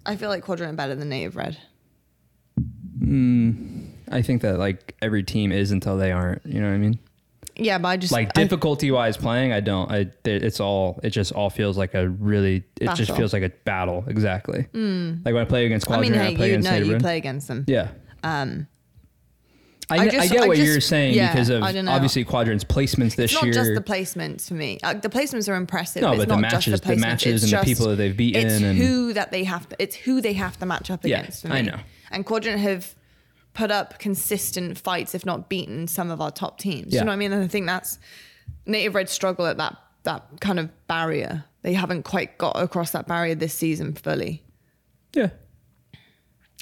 Speaker 1: I feel like quadrant are better than native red.
Speaker 2: Mm, I think that like every team is until they aren't. You know what I mean?
Speaker 1: Yeah, but I just
Speaker 2: like
Speaker 1: I-
Speaker 2: difficulty wise playing i don't i th- it's all it just all feels like a really it just
Speaker 1: Battle. Mm.
Speaker 2: feels like a battle exactly like when i play against
Speaker 1: I, mean,
Speaker 2: quadrant i,
Speaker 1: hey,
Speaker 2: play
Speaker 1: you
Speaker 2: against
Speaker 1: know,
Speaker 2: Native
Speaker 1: you
Speaker 2: Red.
Speaker 1: play against them.
Speaker 2: yeah
Speaker 1: Um,
Speaker 2: I,
Speaker 1: I
Speaker 2: kn- I
Speaker 1: just-
Speaker 2: get
Speaker 1: I
Speaker 2: what
Speaker 1: just-
Speaker 2: you're saying
Speaker 1: yeah,
Speaker 2: because of
Speaker 1: I don't know.
Speaker 2: obviously quadrant's placements this
Speaker 1: it's not
Speaker 2: year
Speaker 1: just the placements for me. Like the placements are impressive.
Speaker 2: No,
Speaker 1: it's
Speaker 2: but the
Speaker 1: not
Speaker 2: matches-
Speaker 1: just
Speaker 2: the
Speaker 1: the, placements.
Speaker 2: matches
Speaker 1: it's
Speaker 2: and the
Speaker 1: just-
Speaker 2: people that they've beaten
Speaker 1: It's
Speaker 2: and-
Speaker 1: who that they have. To, it's who they have to match up
Speaker 2: Yeah,
Speaker 1: against. for
Speaker 2: I
Speaker 1: me.
Speaker 2: know.
Speaker 1: And Quadrant have put up consistent fights, if not beaten, some of our top teams.
Speaker 2: Yeah.
Speaker 1: You know what I mean? And I think that's Native Red struggle at that that kind of barrier. They haven't quite got across that barrier this season fully,
Speaker 2: yeah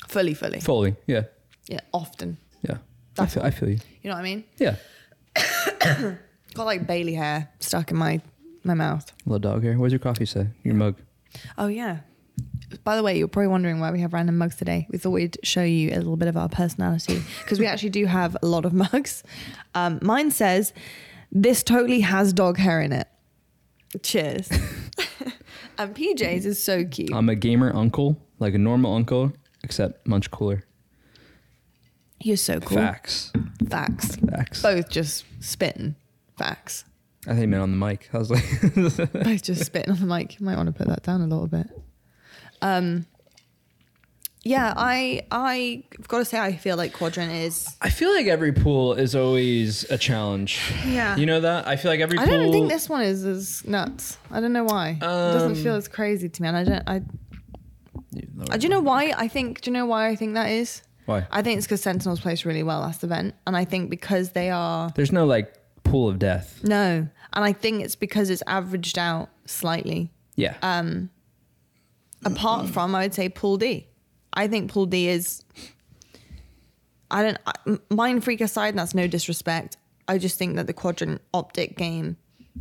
Speaker 1: fully, fully.
Speaker 2: fully yeah
Speaker 1: Yeah, often.
Speaker 2: yeah I
Speaker 1: That's
Speaker 2: feel, I feel you
Speaker 1: You know what I mean?
Speaker 2: yeah
Speaker 1: Got like Bailey hair stuck in my my mouth.
Speaker 2: little dog here what's your coffee say your mug
Speaker 1: Oh yeah. By the way, you're probably wondering why we have random mugs today. We thought we'd show you a little bit of our personality because we actually do have a lot of mugs. Um, mine says, "This totally has dog hair in it." Cheers. and PJ's is so cute.
Speaker 2: i'm a gamer uncle like a normal uncle except much cooler
Speaker 1: You're so cool.
Speaker 2: facts
Speaker 1: Facts.
Speaker 2: facts
Speaker 1: Both just spitting facts.
Speaker 2: i think he meant on the mic i was like
Speaker 1: Both just spitting on the mic. You might want to put that down a little bit. Um, yeah, I I've got to say I feel like Quadrant is
Speaker 2: I feel like every pool is always a challenge.
Speaker 1: Yeah.
Speaker 2: You know that? I feel like every
Speaker 1: I
Speaker 2: pool.
Speaker 1: don't think this one is as nuts. I don't know why. it doesn't feel as crazy to me, and I don't. I, I do you know why? I think. Do you know why I think that is?
Speaker 2: Why?
Speaker 1: I think it's because Sentinels plays really well last event, and I think because they are
Speaker 2: There's no like pool of death.
Speaker 1: no, and I think it's because it's averaged out slightly.
Speaker 2: Yeah.
Speaker 1: Um, Apart from, I would say Pool D. I think Pool D is. I don't I- m- mind freak aside. and That's no disrespect. I just think that the quadrant optic game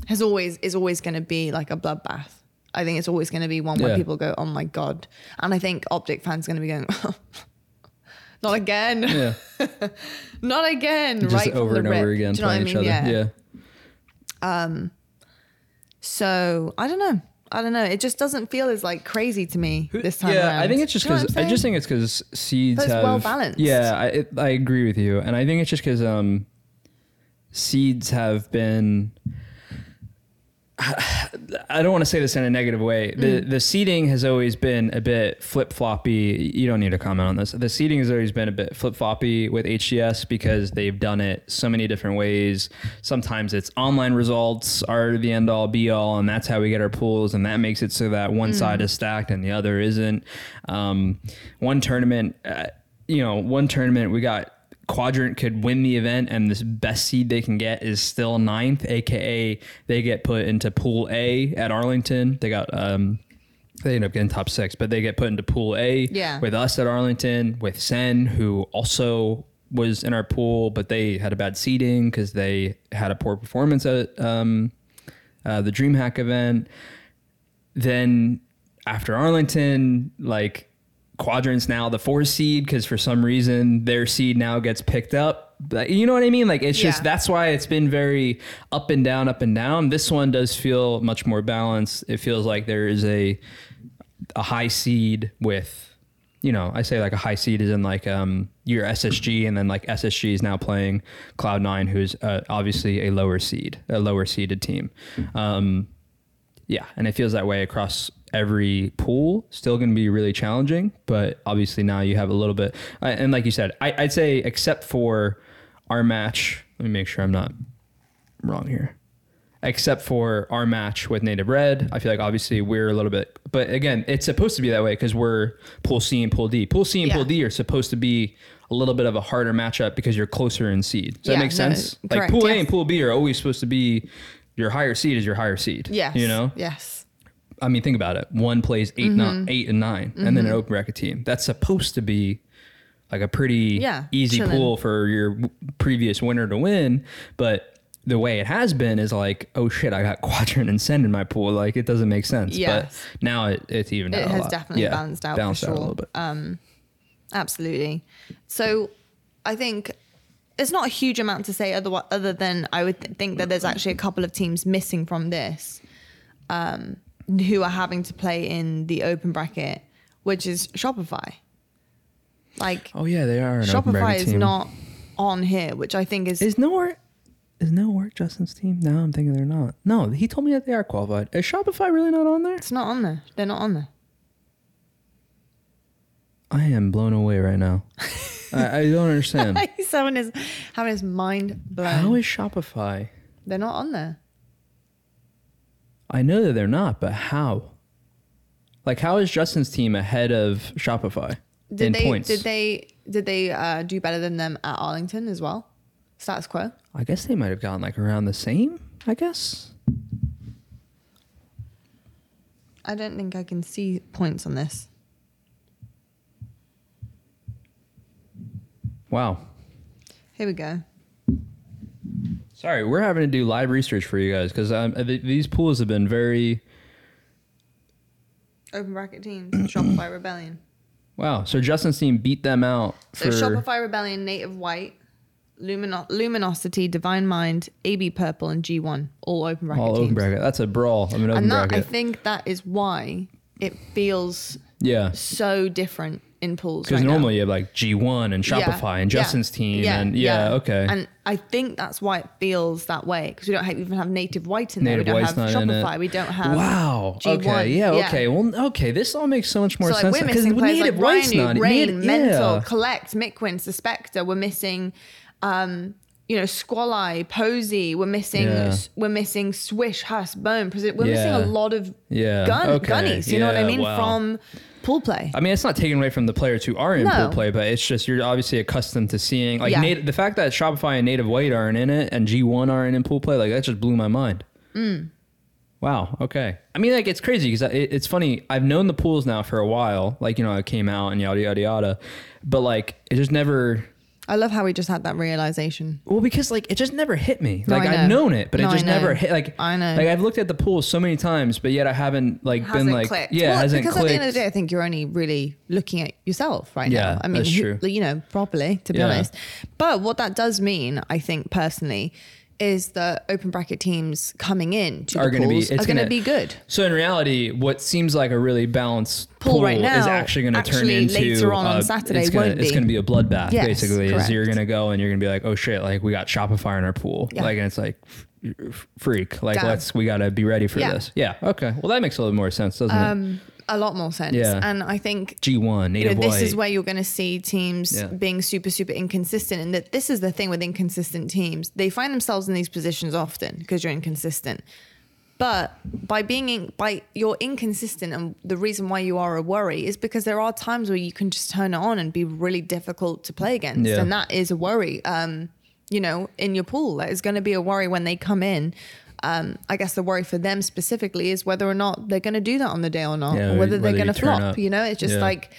Speaker 1: has always is always going to be like a bloodbath. I think it's always going to be one where
Speaker 2: Yeah.
Speaker 1: people go, "Oh my god," and I think optic fans are going to be going, "Not again,
Speaker 2: Yeah.
Speaker 1: not again!"
Speaker 2: Just
Speaker 1: right from
Speaker 2: over
Speaker 1: the
Speaker 2: and over
Speaker 1: rip.
Speaker 2: again
Speaker 1: Do you know what I mean?
Speaker 2: playing each other.
Speaker 1: Yeah.
Speaker 2: Yeah.
Speaker 1: So I don't know. I don't know. It just doesn't feel as like crazy to me this time.
Speaker 2: yeah,
Speaker 1: around.
Speaker 2: I think it's just
Speaker 1: Do you know what
Speaker 2: because
Speaker 1: I'm
Speaker 2: I just
Speaker 1: saying?
Speaker 2: think it's because seeds
Speaker 1: But it's
Speaker 2: have
Speaker 1: well-balanced.
Speaker 2: Yeah, I it, I agree with you, and I think it's just because um, seeds have been. I don't want to say this in a negative way. The the seeding has always been a bit flip floppy. You don't need to comment on this. The seeding has always been a bit flip floppy with HDS because they've done it so many different ways. Sometimes it's online results are the end all be all, and that's how we get our pools, and that makes it so that one side is stacked and the other isn't. Um, one tournament, uh, you know, one tournament we got quadrant could win the event and this best seed they can get is still ninth aka they get put into pool a at arlington they got um they end up getting top six but they get put into pool a
Speaker 1: Yeah.
Speaker 2: with us at arlington with sen who also was in our pool but they had a bad seeding because they had a poor performance at um, uh, the dreamhack event then after Arlington, like quadrants now the four seed because for some reason their seed now gets picked up. But you know what I mean? Like it's just
Speaker 1: Yeah.
Speaker 2: that's why it's been very up and down, up and down. This one does feel much more balanced. It feels like there is a a high seed with you know, I say like a high seed is in like um your SSG and then like SSG is now playing Cloud9 who's uh, obviously a lower seed, a lower seeded team. Um yeah, and it feels that way across every pool. Still going to be really challenging, but obviously now you have a little bit. I- And like you said, I, I'd say except for our match. Let me make sure I'm not wrong here. Except for our match with Native Red, I feel like obviously we're a little bit. But again, it's supposed to be that way because we're Pool C and Pool D. Pool C and
Speaker 1: Yeah.
Speaker 2: Pool D are supposed to be a little bit of a harder matchup because you're closer in seed. Does
Speaker 1: Yeah,
Speaker 2: that make
Speaker 1: no,
Speaker 2: sense? like
Speaker 1: correct,
Speaker 2: Pool A
Speaker 1: yes.
Speaker 2: and Pool B are always supposed to be your higher seed is your higher seed.
Speaker 1: Yes.
Speaker 2: You know.
Speaker 1: Yes.
Speaker 2: I mean, think about it. One plays 8
Speaker 1: Mm-hmm.
Speaker 2: ni- eight and 9 and then an open bracket team. That's supposed to be like a pretty
Speaker 1: Yeah,
Speaker 2: easy
Speaker 1: chillin'.
Speaker 2: pool for your w- previous winner to win. But the way it has been is like, oh shit, I got quadrant and send in my pool. Like it doesn't make sense.
Speaker 1: Yes.
Speaker 2: But now it, it's even.
Speaker 1: It has definitely balanced out for
Speaker 2: Balanced out a
Speaker 1: sure. Uh, Um,
Speaker 2: little bit.
Speaker 1: Absolutely. So I think it's not a huge amount to say other, other than I would th- think that there's actually a couple of teams missing from this um, who are having to play in the open bracket, which is Shopify. Like,
Speaker 2: oh yeah, they are. An open
Speaker 1: Shopify
Speaker 2: bracket
Speaker 1: is
Speaker 2: team.
Speaker 1: not on here, which I think is.
Speaker 2: Is nowhere. Is nowhere Justin's team? Now I'm thinking they're not. No, he told me that they are qualified. Is Shopify really not on there?
Speaker 1: it's not on there. They're not on there.
Speaker 2: I am blown away right now. I, I don't understand.
Speaker 1: Someone is having his mind blown.
Speaker 2: How is Shopify?
Speaker 1: They're not on there.
Speaker 2: I know that they're not, but how? Like, how is Justin's team ahead of Shopify
Speaker 1: Did
Speaker 2: in
Speaker 1: they?
Speaker 2: points?
Speaker 1: Did they? Did they uh, do better than them at Arlington as well? Status quo.
Speaker 2: I guess they might have gotten like around the same. I guess.
Speaker 1: I don't think I can see points on this.
Speaker 2: Wow.
Speaker 1: Here we go.
Speaker 2: Sorry, we're having to do live research for you guys because um, th- these pools have been very.
Speaker 1: Open bracket teams. Shopify Rebellion.
Speaker 2: Wow. So Justin's team beat them out
Speaker 1: So
Speaker 2: for.
Speaker 1: Shopify Rebellion, Native White, Lumino- Luminosity, Divine Mind, AB Purple, and G1. All open bracket
Speaker 2: all
Speaker 1: teams.
Speaker 2: open bracket. That's a brawl. I mean, open
Speaker 1: and that
Speaker 2: bracket.
Speaker 1: I think that is why it feels
Speaker 2: yeah.
Speaker 1: so different in pools.
Speaker 2: Because
Speaker 1: right now.
Speaker 2: normally you have like G1 and
Speaker 1: Yeah.
Speaker 2: Shopify and
Speaker 1: Yeah.
Speaker 2: Justin's team. and yeah, okay.
Speaker 1: And I think that's why it feels that way because we don't have, even have native white in there.
Speaker 2: Native
Speaker 1: we don't
Speaker 2: White's
Speaker 1: have
Speaker 2: not in it.
Speaker 1: Shopify. We don't have.
Speaker 2: Wow.
Speaker 1: G1.
Speaker 2: Okay. Yeah,
Speaker 1: Yeah.
Speaker 2: Okay. Well. Okay. This all makes so much more
Speaker 1: So like
Speaker 2: sense
Speaker 1: we're
Speaker 2: now,
Speaker 1: missing players
Speaker 2: Native
Speaker 1: like
Speaker 2: White's
Speaker 1: Rhino,
Speaker 2: not-
Speaker 1: Rain,
Speaker 2: Nate-
Speaker 1: Mental,
Speaker 2: yeah.
Speaker 1: Collect, Mickwin, Suspector. We're missing, um, you know, Squally, Posey. We're missing,
Speaker 2: Yeah.
Speaker 1: we're missing Swish, Huss, Bone. Presid- We're missing a
Speaker 2: Yeah.
Speaker 1: lot of
Speaker 2: Yeah.
Speaker 1: gun,
Speaker 2: Okay.
Speaker 1: gunnies. You know what I
Speaker 2: Yeah,
Speaker 1: mean?
Speaker 2: wow.
Speaker 1: From pool play.
Speaker 2: I mean, it's not taken away from the players who are in
Speaker 1: No.
Speaker 2: pool play, but it's just you're obviously accustomed to seeing like
Speaker 1: Yeah.
Speaker 2: Nat- the fact that Shopify and Native White aren't in it and G1 aren't in pool play. Like that just blew my mind.
Speaker 1: Mm.
Speaker 2: Wow. Okay. I mean, like it's crazy because it, it's funny. I've known the pools now for a while. Like you know, it came out and yada yada yada, but like it just never.
Speaker 1: I love how we just had that realization.
Speaker 2: Well, because like it just never hit me.
Speaker 1: No,
Speaker 2: like
Speaker 1: I
Speaker 2: I've
Speaker 1: know.
Speaker 2: known it, but
Speaker 1: No,
Speaker 2: it
Speaker 1: I
Speaker 2: just
Speaker 1: know.
Speaker 2: never hit. Like
Speaker 1: I know.
Speaker 2: Like I've looked at the pool so many times, but yet I haven't like been like yeah, it
Speaker 1: Well,
Speaker 2: hasn't
Speaker 1: because at
Speaker 2: clicked.
Speaker 1: the end of the day, I think you're only really looking at yourself right
Speaker 2: Yeah,
Speaker 1: now. I mean,
Speaker 2: that's
Speaker 1: you,
Speaker 2: true.
Speaker 1: you know, properly to be
Speaker 2: Yeah.
Speaker 1: honest. But what that does mean, I think personally, is the open bracket teams coming in to
Speaker 2: Are
Speaker 1: the
Speaker 2: gonna be-
Speaker 1: pools
Speaker 2: it's
Speaker 1: are going to
Speaker 2: gonna-
Speaker 1: be good.
Speaker 2: So in reality, what seems like a really balanced
Speaker 1: Pool
Speaker 2: pool,
Speaker 1: right now,
Speaker 2: is actually going to turn
Speaker 1: actually
Speaker 2: into
Speaker 1: later on on
Speaker 2: uh,
Speaker 1: Saturday
Speaker 2: It's gonna,
Speaker 1: won't
Speaker 2: it's
Speaker 1: be.
Speaker 2: gonna be a bloodbath.
Speaker 1: Yes,
Speaker 2: basically,
Speaker 1: correct.
Speaker 2: is you're going to go and you're going to be like, oh shit, like we got Shopify in our pool,
Speaker 1: Yeah.
Speaker 2: like and it's like f- f- freak, like
Speaker 1: Damn.
Speaker 2: let's we got to be ready for
Speaker 1: Yeah.
Speaker 2: this. Yeah. Okay. Well, that makes a little more sense, doesn't it?
Speaker 1: Um, a lot more sense.
Speaker 2: Yeah.
Speaker 1: And I think
Speaker 2: G one native
Speaker 1: you know, this
Speaker 2: white.
Speaker 1: is where you're going to see teams
Speaker 2: Yeah.
Speaker 1: being super, super inconsistent. And that this is the thing with inconsistent teams. They find themselves in these positions often because you're inconsistent. But by being in, by you're inconsistent, and the reason why you are a worry is because there are times where you can just turn it on and be really difficult to play against,
Speaker 2: Yeah.
Speaker 1: and that is a worry. Um, you know, in your pool, that is going to be a worry when they come in. Um, I guess the worry for them specifically is whether or not they're going to do that on the day or not,
Speaker 2: Yeah,
Speaker 1: or whether
Speaker 2: whether
Speaker 1: they're
Speaker 2: you
Speaker 1: going to
Speaker 2: turn
Speaker 1: flop.
Speaker 2: up.
Speaker 1: You know, it's just
Speaker 2: Yeah.
Speaker 1: like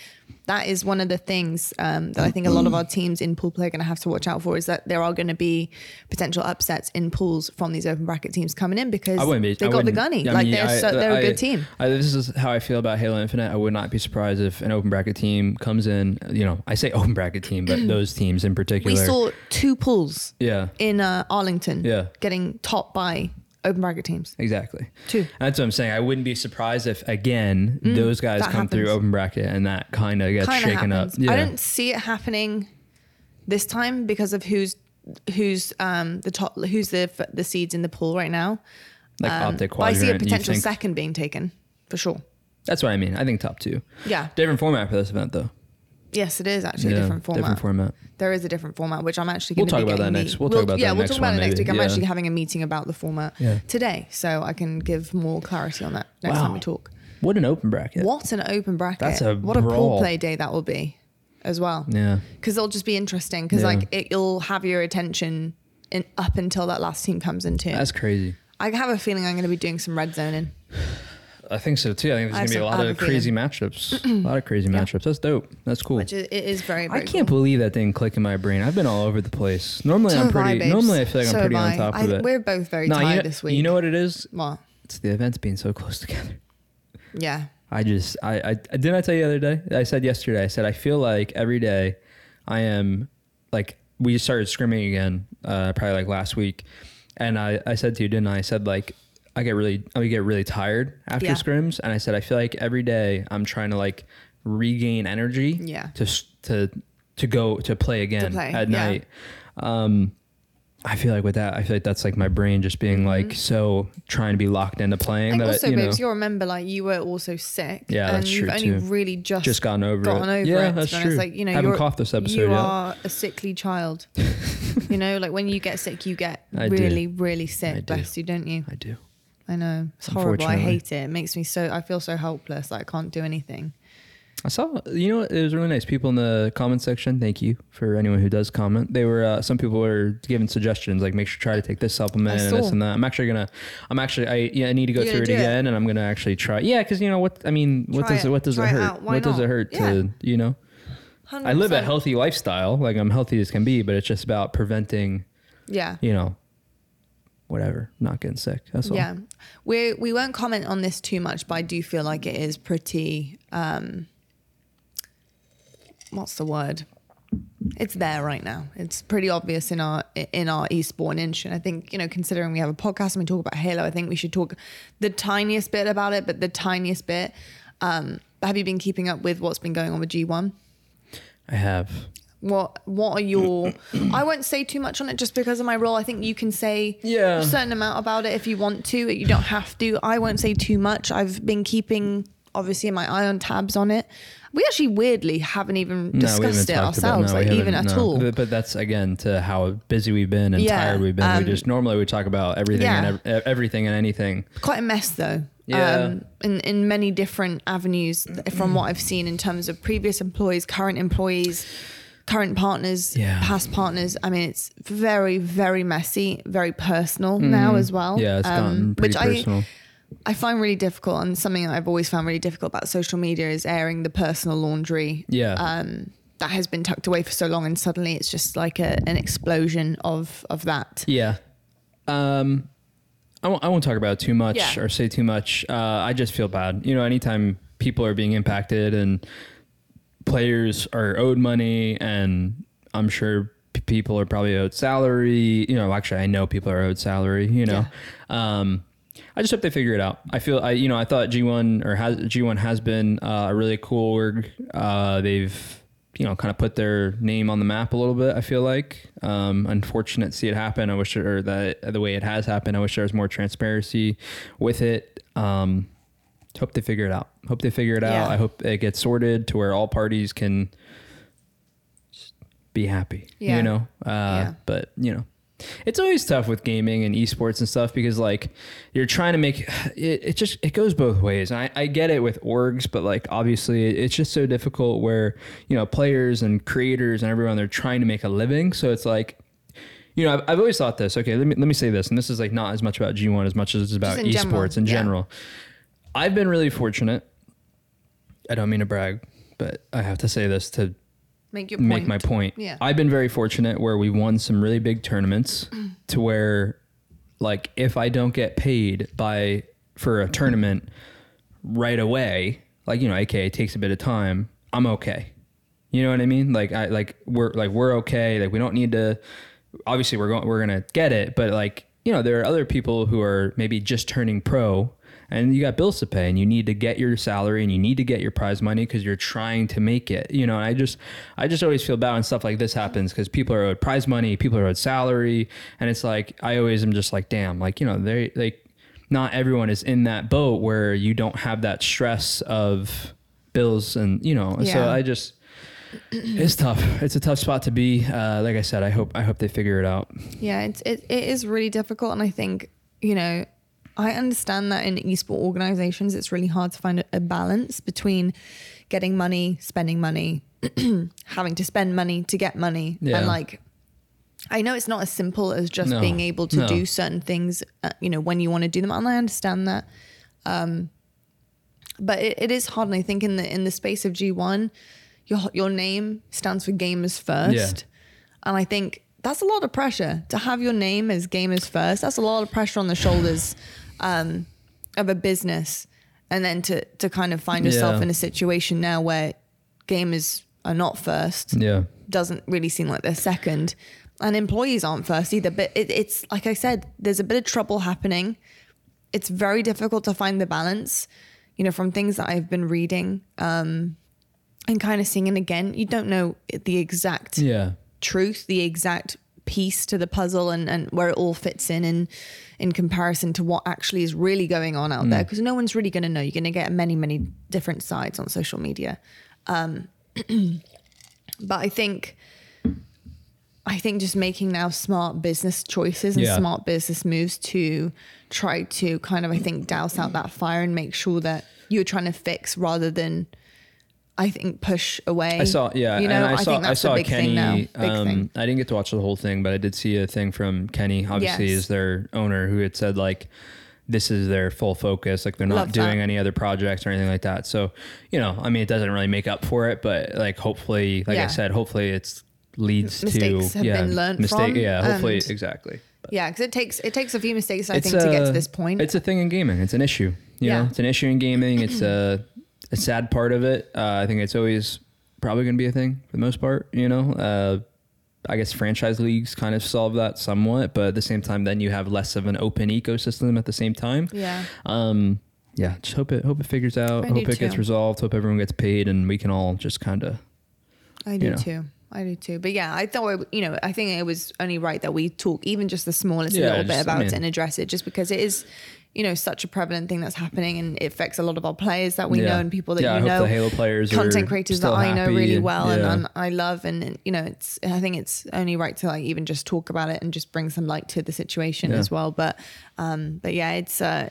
Speaker 1: that is one of the things um, that I think a lot of our teams in pool play are going to have to watch out for is that there are going to be potential upsets in pools from these open bracket teams coming in because
Speaker 2: I wouldn't be.
Speaker 1: they
Speaker 2: I
Speaker 1: got the
Speaker 2: wouldn't-
Speaker 1: gunny.
Speaker 2: I
Speaker 1: like
Speaker 2: mean,
Speaker 1: they're
Speaker 2: I-
Speaker 1: so, they're a
Speaker 2: I-
Speaker 1: good team.
Speaker 2: I, this is how I feel about Halo Infinite. I would not be surprised if an open bracket team comes in. You know, I say open bracket team, but those teams in particular.
Speaker 1: We saw two pools
Speaker 2: Yeah.
Speaker 1: in uh, Arlington
Speaker 2: Yeah.
Speaker 1: getting topped by open bracket teams.
Speaker 2: Exactly.
Speaker 1: Two. Mm,
Speaker 2: That's what I'm saying. I wouldn't be surprised if again those guys
Speaker 1: that
Speaker 2: come through
Speaker 1: happens.
Speaker 2: open bracket and that kind of gets
Speaker 1: Kind of
Speaker 2: shaken
Speaker 1: happens.
Speaker 2: up. Yeah.
Speaker 1: I don't see it happening this time because of who's who's um the top who's the the seeds in the pool right now.
Speaker 2: like optic
Speaker 1: um, But I
Speaker 2: quadrant.
Speaker 1: see a
Speaker 2: you
Speaker 1: potential
Speaker 2: think-
Speaker 1: second being taken for sure.
Speaker 2: That's what I mean. I think top two.
Speaker 1: Yeah.
Speaker 2: Different format for this event though.
Speaker 1: Yes, it is actually a
Speaker 2: Yeah,
Speaker 1: different format.
Speaker 2: Different format.
Speaker 1: There is a different format, which I'm actually
Speaker 2: We'll
Speaker 1: going to
Speaker 2: talk
Speaker 1: be getting
Speaker 2: about that
Speaker 1: the-
Speaker 2: next- we'll talk about
Speaker 1: yeah,
Speaker 2: that
Speaker 1: we'll
Speaker 2: next
Speaker 1: talk about
Speaker 2: one
Speaker 1: it next
Speaker 2: maybe,
Speaker 1: week. I'm
Speaker 2: yeah.
Speaker 1: actually having a meeting about the format
Speaker 2: Yeah.
Speaker 1: today, so I can give more clarity on that next time we
Speaker 2: Wow.
Speaker 1: talk.
Speaker 2: What an open bracket.
Speaker 1: What an open bracket!
Speaker 2: That's a
Speaker 1: what a pool
Speaker 2: brawl.
Speaker 1: play day that will be, as well.
Speaker 2: Yeah.
Speaker 1: because it'll just be interesting because
Speaker 2: Yeah.
Speaker 1: like it, you'll have your attention in, up until that last team comes in too.
Speaker 2: That's crazy.
Speaker 1: I have a feeling I'm going to be doing some red zoning.
Speaker 2: I think so too. I think
Speaker 1: I have
Speaker 2: there's gonna be
Speaker 1: some-
Speaker 2: a
Speaker 1: I
Speaker 2: lot
Speaker 1: have
Speaker 2: of
Speaker 1: a feeling.
Speaker 2: crazy matchups. a lot of crazy matchups. That's dope. That's cool.
Speaker 1: Which is, it is very.
Speaker 2: I
Speaker 1: very
Speaker 2: can't believe that didn't click in my brain. I've been all over the place. Normally
Speaker 1: So
Speaker 2: I'm
Speaker 1: have I,
Speaker 2: pretty.
Speaker 1: babes.
Speaker 2: normally I feel like
Speaker 1: So
Speaker 2: I'm pretty
Speaker 1: have
Speaker 2: on
Speaker 1: I.
Speaker 2: top
Speaker 1: I-
Speaker 2: of it.
Speaker 1: we're both very
Speaker 2: No, you
Speaker 1: tired
Speaker 2: know-
Speaker 1: this week.
Speaker 2: You know what it is?
Speaker 1: What?
Speaker 2: It's the events being so close together.
Speaker 1: Yeah.
Speaker 2: I just I, I didn't I tell you the other day? I said yesterday. I said I feel like every day I am like we started scrimming again uh, probably like last week, and I I said to you didn't I? I said like I get really I would get really tired after
Speaker 1: Yeah.
Speaker 2: scrims, and I said I feel like every day I'm trying to like regain energy
Speaker 1: Yeah.
Speaker 2: to s- to to go to play again
Speaker 1: play,
Speaker 2: at
Speaker 1: yeah.
Speaker 2: night. Um, I feel like with that, I feel like that's like my brain just being like so trying to be locked into playing.
Speaker 1: Mm-hmm. And
Speaker 2: that,
Speaker 1: also,
Speaker 2: you know,
Speaker 1: babes, you'll remember like you were also sick.
Speaker 2: Yeah,
Speaker 1: and
Speaker 2: that's
Speaker 1: you've
Speaker 2: true,
Speaker 1: only
Speaker 2: too.
Speaker 1: really just
Speaker 2: just gotten over
Speaker 1: gotten
Speaker 2: it.
Speaker 1: over
Speaker 2: yeah,
Speaker 1: it.
Speaker 2: that's
Speaker 1: so
Speaker 2: true.
Speaker 1: It's like you know,
Speaker 2: haven't
Speaker 1: you're,
Speaker 2: coughed this episode
Speaker 1: You
Speaker 2: yet.
Speaker 1: are a sickly child. you know, like when you get sick, you get
Speaker 2: I do.
Speaker 1: really, really sick.
Speaker 2: I do.
Speaker 1: bless you, don't you?
Speaker 2: I do.
Speaker 1: I know it's horrible. I
Speaker 2: Unfortunately.
Speaker 1: hate it. It makes me so. I feel so helpless. Like I can't do anything.
Speaker 2: I saw. You know, what? it was really nice. People in the comment section. Thank you for anyone who does comment. They were uh, some people were giving suggestions like make sure try to take this supplement
Speaker 1: I
Speaker 2: and this
Speaker 1: saw.
Speaker 2: and that. I'm actually gonna. I'm actually. I yeah. I need to go
Speaker 1: You're
Speaker 2: through
Speaker 1: gonna
Speaker 2: it
Speaker 1: do it.
Speaker 2: again, and I'm gonna actually try. Yeah, because you know what? I mean, what
Speaker 1: Try
Speaker 2: does
Speaker 1: it.
Speaker 2: it, what does
Speaker 1: Try it
Speaker 2: it hurt?
Speaker 1: out. Why
Speaker 2: what does
Speaker 1: not?
Speaker 2: it hurt
Speaker 1: Yeah.
Speaker 2: to you know?
Speaker 1: 100%.
Speaker 2: I live a healthy lifestyle. Like I'm healthy as can be, but it's just about preventing.
Speaker 1: Yeah.
Speaker 2: You know. Whatever, not getting sick. That's all.
Speaker 1: Yeah. We we won't comment on this too much, but I do feel like it is pretty um what's the word? It's there right now. It's pretty obvious in our in our esports inch. And I think, you know, considering we have a podcast and we talk about Halo, I think we should talk the tiniest bit about it, but the tiniest bit. Um have you been keeping up with what's been going on with G1?
Speaker 2: I have.
Speaker 1: What what are your I won't say too much on it just because of my role. I think you can say
Speaker 2: Yeah.
Speaker 1: a certain amount about it if you want to. You don't have to. I won't say too much. I've been keeping obviously my eye on tabs on it. We actually weirdly haven't even
Speaker 2: No, we haven't
Speaker 1: discussed it
Speaker 2: talked about-
Speaker 1: ourselves,
Speaker 2: no, we
Speaker 1: like even
Speaker 2: haven't,
Speaker 1: at
Speaker 2: no.
Speaker 1: all.
Speaker 2: But, but that's again to how busy we've been and
Speaker 1: Yeah,
Speaker 2: tired we've been.
Speaker 1: um,
Speaker 2: we just normally we talk about everything and ev- e-, everything and anything.
Speaker 1: quite a mess though. Um,
Speaker 2: Yeah.
Speaker 1: in, in many different avenues from what I've seen in terms of previous employees, current employees, current partners,
Speaker 2: Yeah.
Speaker 1: past partners. I mean, it's very, very messy, very personal now as well.
Speaker 2: Mm.
Speaker 1: Um,
Speaker 2: Yeah, it's gotten pretty personal.
Speaker 1: I, I find really difficult and something that I've always found really difficult about social media is airing the personal laundry
Speaker 2: Yeah,
Speaker 1: um, that has been tucked away for so long, and suddenly it's just like a, an explosion of of that.
Speaker 2: Yeah. Um, I won't, I won't talk about it too much
Speaker 1: Yeah.
Speaker 2: or say too much. Uh, I just feel bad. You know, anytime people are being impacted and players are owed money, and I'm sure p- people are probably owed salary. You know, actually, I know people are owed salary. You know, um, I just hope they figure it out. I feel I, you know, I thought G1 or has, G1 has been uh, a really cool org. Uh, they've you know, kind of put their name on the map a little bit. I feel like um, unfortunate to see it happen. I wish it, or that the way it has happened. I wish there was more transparency with it. Um, hope they figure it out. Hope they figure it
Speaker 1: Yeah.
Speaker 2: out. I hope it gets sorted to where all parties can just be happy.
Speaker 1: Yeah.
Speaker 2: You know, uh,
Speaker 1: Yeah.
Speaker 2: but you know. It's always tough with gaming and esports and stuff because like you're trying to make it, it just it goes both ways. And I, I get it with orgs, but like obviously it's just so difficult where, you know, players and creators and everyone they're trying to make a living. So it's like you know, I've, I've always thought this. Okay, let me let me say this, and this is like not as much about G1 as much as it's about
Speaker 1: in
Speaker 2: esports
Speaker 1: general,
Speaker 2: in
Speaker 1: yeah.
Speaker 2: general. I've been really fortunate. I don't mean to brag, but I have to say this to
Speaker 1: Make your
Speaker 2: make my point.
Speaker 1: Yeah.
Speaker 2: I've been very fortunate where we won some really big tournaments to where like if I don't get paid by for a tournament right away, like you know, aka it takes a bit of time, I'm okay. You know what I mean? Like I like we're like we're okay. Like we don't need to obviously we're going we're gonna get it, but like, you know, there are other people who are maybe just turning pro and you got bills to pay and you need to get your salary and you need to get your prize money because you're trying to make it you know and i just i just always feel bad when stuff like this happens because people are owed prize money people are owed salary and it's like i always am just like damn like you know they like not everyone is in that boat where you don't have that stress of bills and you know and so
Speaker 1: Yeah.
Speaker 2: i just it's tough it's a tough spot to be uh, like i said i hope i hope they figure it out
Speaker 1: Yeah, it's it, it is really difficult, and I think you know, I understand that in esport organizations, it's really hard to find a, a balance between getting money, spending money, having to spend money to get money,
Speaker 2: Yeah.
Speaker 1: and like. I know it's not as simple as just
Speaker 2: No,
Speaker 1: being able to
Speaker 2: no.
Speaker 1: do certain things, uh, you know, when you want to do them, and I understand that. Um, but it, it is hard, and I think in the in the space of G one, your your name stands for gamers first, and I think that's a lot of pressure to have your name as gamers first. That's a lot of pressure on the shoulders um, of a business, and then to to kind of find yourself
Speaker 2: Yeah.
Speaker 1: in a situation now where gamers are not first
Speaker 2: yeah
Speaker 1: doesn't really seem like they're second. And employees aren't first either. But it, it's like I said, there's a bit of trouble happening. It's very difficult to find the balance, you know, from things that I've been reading um, and kind of seeing. And again, you don't know the exact
Speaker 2: yeah
Speaker 1: truth, the exact piece to the puzzle and, and where it all fits in in, in comparison to what actually is really going on out there.
Speaker 2: Mm.
Speaker 1: Because no one's really going to know. You're going to get many, many different sides on social media. Um, but I think. I think just making now smart business choices and
Speaker 2: Yeah.
Speaker 1: smart business moves to try to kind of, I think, douse out that fire and make sure that you're trying to fix rather than, I think, push away.
Speaker 2: I saw, yeah,
Speaker 1: you know,
Speaker 2: and
Speaker 1: I,
Speaker 2: I saw,
Speaker 1: think
Speaker 2: I,
Speaker 1: that's
Speaker 2: saw
Speaker 1: the big
Speaker 2: Kenny.
Speaker 1: thing now. Big
Speaker 2: um,
Speaker 1: thing.
Speaker 2: I didn't get to watch the whole thing, but I did see a thing from Kenny. Obviously,
Speaker 1: Yes.
Speaker 2: is their owner who had said like, this is their full focus. Like they're not
Speaker 1: Love that.
Speaker 2: doing any other projects or anything like that. So, you know, I mean, it doesn't really make up for it, but like, hopefully, like
Speaker 1: Yeah.
Speaker 2: I said, hopefully it's leads
Speaker 1: Mistakes
Speaker 2: to
Speaker 1: have
Speaker 2: yeah,
Speaker 1: been learned
Speaker 2: mistake.
Speaker 1: from,
Speaker 2: yeah, hopefully,
Speaker 1: and-
Speaker 2: exactly. But
Speaker 1: Yeah, because it takes it takes a few mistakes, I
Speaker 2: it's
Speaker 1: think, to get
Speaker 2: a-
Speaker 1: to this point.
Speaker 2: It's a thing in gaming. It's an issue. You
Speaker 1: Yeah.
Speaker 2: know, it's an issue in gaming. It's a, a sad part of it. Uh, I think it's always probably going to be a thing for the most part. You know, uh, I guess franchise leagues kind of solve that somewhat, but at the same time, then you have less of an open ecosystem at the same time.
Speaker 1: yeah,
Speaker 2: Um, yeah, just hope it hope it figures out.
Speaker 1: I do
Speaker 2: hope it gets
Speaker 1: too.
Speaker 2: resolved. Hope everyone gets paid, and we can all just kind of
Speaker 1: I do
Speaker 2: you know.
Speaker 1: too. I do too. But yeah, I thought it- you know, I think it was only right that we talk even just the smallest
Speaker 2: Yeah,
Speaker 1: little bit
Speaker 2: just-
Speaker 1: about
Speaker 2: I
Speaker 1: it
Speaker 2: mean-
Speaker 1: and address it, just because it is, you know, such a prevalent thing that's happening and it affects a lot of our players that we
Speaker 2: yeah.
Speaker 1: know and people that
Speaker 2: yeah, I
Speaker 1: you
Speaker 2: hope
Speaker 1: know.
Speaker 2: the Halo players, are
Speaker 1: content creators that
Speaker 2: still
Speaker 1: I know
Speaker 2: happy
Speaker 1: really
Speaker 2: and-
Speaker 1: well and,
Speaker 2: yeah.
Speaker 1: and I love and, and, you know it's I think it's only right to like even just talk about it and just bring some light to the situation
Speaker 2: Yeah.
Speaker 1: as well but um but yeah it's uh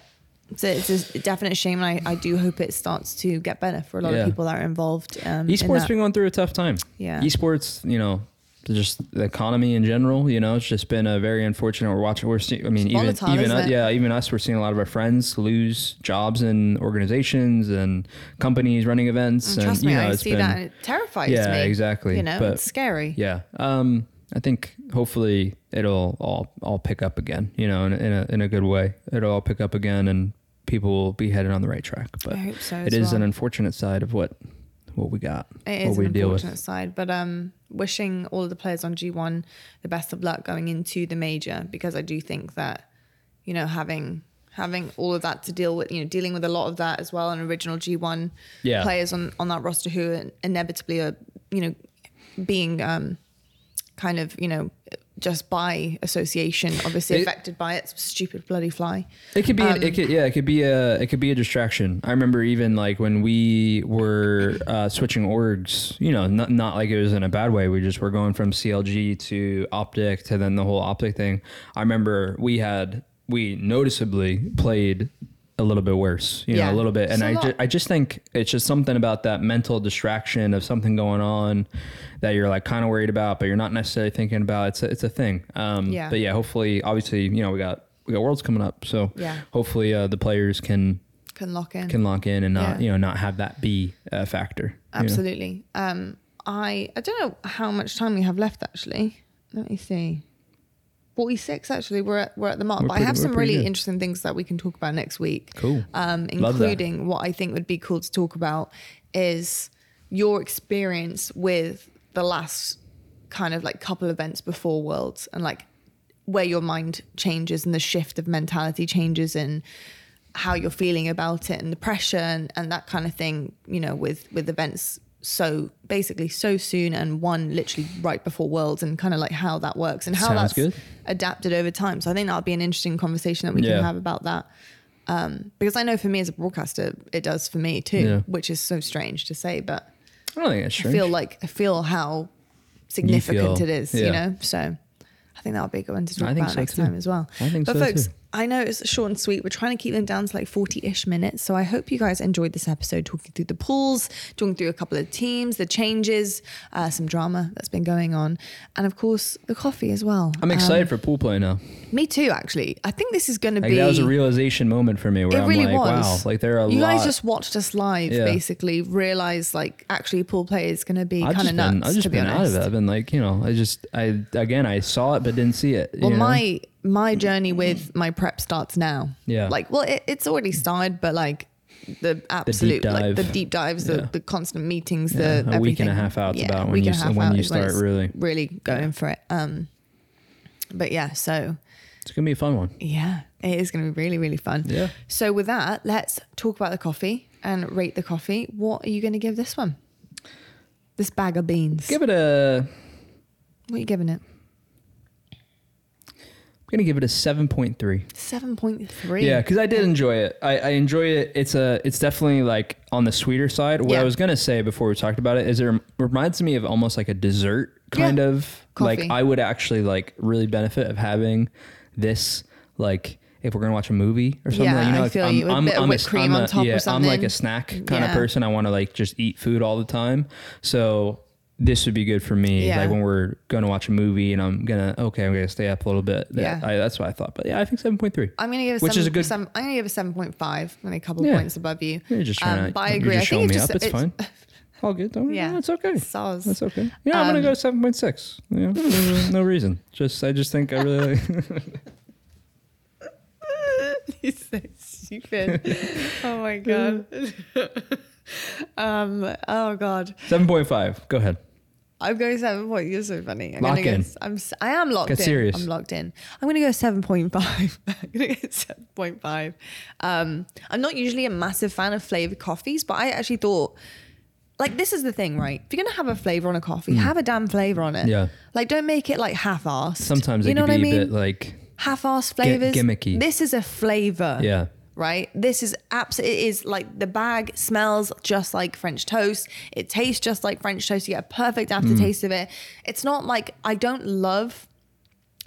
Speaker 1: it's a, it's a definite shame and I, I do hope it starts to get better for a lot
Speaker 2: Yeah.
Speaker 1: of people that are involved um in
Speaker 2: Esports
Speaker 1: that.
Speaker 2: been going through a tough time.
Speaker 1: Yeah.
Speaker 2: Esports, you know, just the economy in general. You know, it's just been a very unfortunate. We're watching. We're seeing. I mean,
Speaker 1: It's
Speaker 2: even
Speaker 1: volatile,
Speaker 2: even
Speaker 1: isn't
Speaker 2: us,
Speaker 1: it?
Speaker 2: yeah, even us. We're seeing a lot of our friends lose jobs in organizations and companies running events. and,
Speaker 1: Mm, Trust
Speaker 2: you
Speaker 1: me,
Speaker 2: know,
Speaker 1: I
Speaker 2: it's
Speaker 1: see
Speaker 2: been-
Speaker 1: that. and It terrifies
Speaker 2: Yeah,
Speaker 1: me.
Speaker 2: exactly,
Speaker 1: You know,
Speaker 2: but-
Speaker 1: it's scary.
Speaker 2: Yeah. Um, I think hopefully it'll all all pick up again. You know, in, a- in a in a good way. It'll all pick up again, and people will be headed on the right track. But
Speaker 1: I hope so
Speaker 2: it
Speaker 1: as
Speaker 2: is
Speaker 1: well.
Speaker 2: an unfortunate side of what what we got.
Speaker 1: It
Speaker 2: what
Speaker 1: is
Speaker 2: we
Speaker 1: an unfortunate side, but um, wishing all of the players on G1 the best of luck going into the major because I do think that you know having having all of that to deal with, you know, dealing with a lot of that as well, and original G1
Speaker 2: Yeah.
Speaker 1: players on on that roster who inevitably are you know being um kind of you know just by association obviously
Speaker 2: It-
Speaker 1: affected by it stupid bloody fly
Speaker 2: It could be, an,
Speaker 1: Um,
Speaker 2: it could, yeah, it could be a, it could be a distraction. I remember even like when we were uh, switching orgs, you know, not not like it was in a bad way. We just were going from CLG to Optic to then the whole Optic thing. I remember we had we noticeably played a little bit worse, you
Speaker 1: Yeah.
Speaker 2: know, a little bit, and
Speaker 1: It's a
Speaker 2: I
Speaker 1: lot.
Speaker 2: ju- I just think it's just something about that mental distraction of something going on that you're like kind of worried about, but you're not necessarily thinking about. It's a, it's a thing. Um,
Speaker 1: Yeah.
Speaker 2: But yeah, hopefully, obviously, you know, we got we got worlds coming up, so
Speaker 1: Yeah.
Speaker 2: hopefully uh, the players can
Speaker 1: can lock in
Speaker 2: can lock in and not
Speaker 1: Yeah.
Speaker 2: you know not have that be a factor. you know?
Speaker 1: Absolutely. Um, I I don't know how much time we have left actually. Let me see. Forty six actually. We're at, we're at the mark,
Speaker 2: We're
Speaker 1: but
Speaker 2: pretty-
Speaker 1: I have
Speaker 2: we're
Speaker 1: some
Speaker 2: pretty
Speaker 1: really
Speaker 2: good.
Speaker 1: interesting things that we can talk about next week.
Speaker 2: Cool.
Speaker 1: Um,
Speaker 2: Love that.
Speaker 1: including what I think would be cool to talk about is your experience with the last kind of like couple events before Worlds and like where your mind changes and the shift of mentality changes and how you're feeling about it and the pressure and, and that kind of thing you know with with events so basically so soon and one literally right before worlds and kind of like how that works and how that's
Speaker 2: Sounds good.
Speaker 1: adapted over time so i think that'll be an interesting conversation that we
Speaker 2: Yeah.
Speaker 1: can have about that um, because i know for me as a broadcaster it does for me too
Speaker 2: Yeah.
Speaker 1: which is so strange to say but
Speaker 2: I don't think that's
Speaker 1: I
Speaker 2: strange.
Speaker 1: feel like I feel how significant
Speaker 2: feel-
Speaker 1: it is,
Speaker 2: yeah.
Speaker 1: you know. So I think that'll be a good one to talk
Speaker 2: I think
Speaker 1: about
Speaker 2: so
Speaker 1: next
Speaker 2: too.
Speaker 1: time as well.
Speaker 2: I think
Speaker 1: but
Speaker 2: so
Speaker 1: folks,
Speaker 2: too.
Speaker 1: I know it's short and sweet. We're trying to keep them down to like 40-ish minutes. So I hope you guys enjoyed this episode talking through the pools, talking through a couple of teams, the changes, uh, some drama that's been going on, and of course the coffee as well.
Speaker 2: I'm excited for pool play now.
Speaker 1: Um, me too, actually. I think this is gonna
Speaker 2: Like
Speaker 1: be
Speaker 2: that was a realization moment for me where
Speaker 1: it
Speaker 2: I'm
Speaker 1: really
Speaker 2: like,
Speaker 1: was.
Speaker 2: wow, like there are a
Speaker 1: you
Speaker 2: lot.
Speaker 1: guys just watched us live,
Speaker 2: Yeah.
Speaker 1: basically. Realized like actually pool play is going to be
Speaker 2: I've
Speaker 1: kind
Speaker 2: just
Speaker 1: of
Speaker 2: been,
Speaker 1: nuts.
Speaker 2: I've just
Speaker 1: to be
Speaker 2: been
Speaker 1: honest.
Speaker 2: out of it. I've been like, you know, I just, I again, I saw it but didn't see it. you
Speaker 1: Well,
Speaker 2: know?
Speaker 1: my my journey with my prep starts now.
Speaker 2: Yeah.
Speaker 1: Like, well, it, it's already started, but like the absolute, like
Speaker 2: dive.
Speaker 1: the deep dives,
Speaker 2: Yeah.
Speaker 1: the, the constant meetings,
Speaker 2: Yeah,
Speaker 1: the
Speaker 2: a week and a
Speaker 1: uh, everything.
Speaker 2: half out's
Speaker 1: Yeah,
Speaker 2: about
Speaker 1: a
Speaker 2: when
Speaker 1: week
Speaker 2: you
Speaker 1: and a
Speaker 2: s-
Speaker 1: half
Speaker 2: when
Speaker 1: out
Speaker 2: you
Speaker 1: is when
Speaker 2: start
Speaker 1: it's
Speaker 2: really-
Speaker 1: really going for it. Um, but yeah, so
Speaker 2: it's gonna be a fun one.
Speaker 1: yeah, it is going to be really really fun.
Speaker 2: Yeah.
Speaker 1: So with that, let's talk about the coffee and rate the coffee. What are you going to give this one? This bag of beans.
Speaker 2: Give it a,
Speaker 1: what are you giving it?
Speaker 2: I'm gonna give it a seven point three.
Speaker 1: Seven point three.
Speaker 2: Yeah, because I
Speaker 1: Mm.
Speaker 2: did enjoy it. I, I enjoy it. It's a it's definitely like on the sweeter side. What
Speaker 1: Yeah.
Speaker 2: I was gonna say before we talked about it is it rem- reminds me of almost like a dessert kind
Speaker 1: Yeah.
Speaker 2: of
Speaker 1: Coffee.
Speaker 2: like I would actually like really benefit of having this like. If we're gonna watch a movie or something,
Speaker 1: Yeah,
Speaker 2: you know,
Speaker 1: I
Speaker 2: like,
Speaker 1: feel
Speaker 2: I'm,
Speaker 1: you. With a
Speaker 2: I'm,
Speaker 1: bit of
Speaker 2: I'm
Speaker 1: whipped
Speaker 2: a,
Speaker 1: cream
Speaker 2: I'm
Speaker 1: on
Speaker 2: a-
Speaker 1: top or
Speaker 2: yeah, I'm like
Speaker 1: something.
Speaker 2: a snack kind
Speaker 1: Yeah.
Speaker 2: of person. I want to like just eat food all the time. So this would be good for me.
Speaker 1: Yeah.
Speaker 2: Like when we're gonna watch a movie and I'm gonna okay, I'm gonna stay up a little bit.
Speaker 1: Yeah.
Speaker 2: Yeah, I, that's what I thought. But yeah, I think seven point three.
Speaker 1: I'm gonna give a
Speaker 2: Which
Speaker 1: seven,
Speaker 2: is a good-
Speaker 1: seven- I'm gonna give a seven point five, and a couple
Speaker 2: Yeah.
Speaker 1: points above you.
Speaker 2: You're just trying to.
Speaker 1: Um, but I
Speaker 2: you're
Speaker 1: agree. I
Speaker 2: Just
Speaker 1: think
Speaker 2: showing
Speaker 1: it's
Speaker 2: me
Speaker 1: just
Speaker 2: up. It's, fine. All good. Don't,
Speaker 1: Yeah. Um,
Speaker 2: yeah, it's okay.
Speaker 1: Soz.
Speaker 2: That's okay. Yeah, I'm gonna go seven point six. Yeah, no- no reason. Just I just think I really. Like,
Speaker 1: He's so stupid. oh my god. um. Oh god.
Speaker 2: seven point five. Go ahead.
Speaker 1: I'm going seven point. You're so funny. I'm
Speaker 2: Lock
Speaker 1: gonna go,
Speaker 2: in.
Speaker 1: s- I'm. s- I am locked
Speaker 2: Get
Speaker 1: in.
Speaker 2: serious.
Speaker 1: I'm locked in. I'm gonna go seven point five. I'm gonna go seven point five. Um. I'm not usually a massive fan of flavored coffees, but I actually thought. Like this is the thing, right? If you're gonna have a flavor on a coffee, have a damn flavor on it.
Speaker 2: Hmm. Yeah.
Speaker 1: Like, don't make it like half-assed.
Speaker 2: Sometimes
Speaker 1: you
Speaker 2: it
Speaker 1: know
Speaker 2: can be
Speaker 1: what I mean?
Speaker 2: a bit like
Speaker 1: half-ass flavors
Speaker 2: gimmicky.
Speaker 1: this is a flavor
Speaker 2: yeah.
Speaker 1: right this is abs. it is like the bag smells just like french toast it tastes
Speaker 2: Hmm.
Speaker 1: just like french toast you get a perfect aftertaste of it it's not like i don't love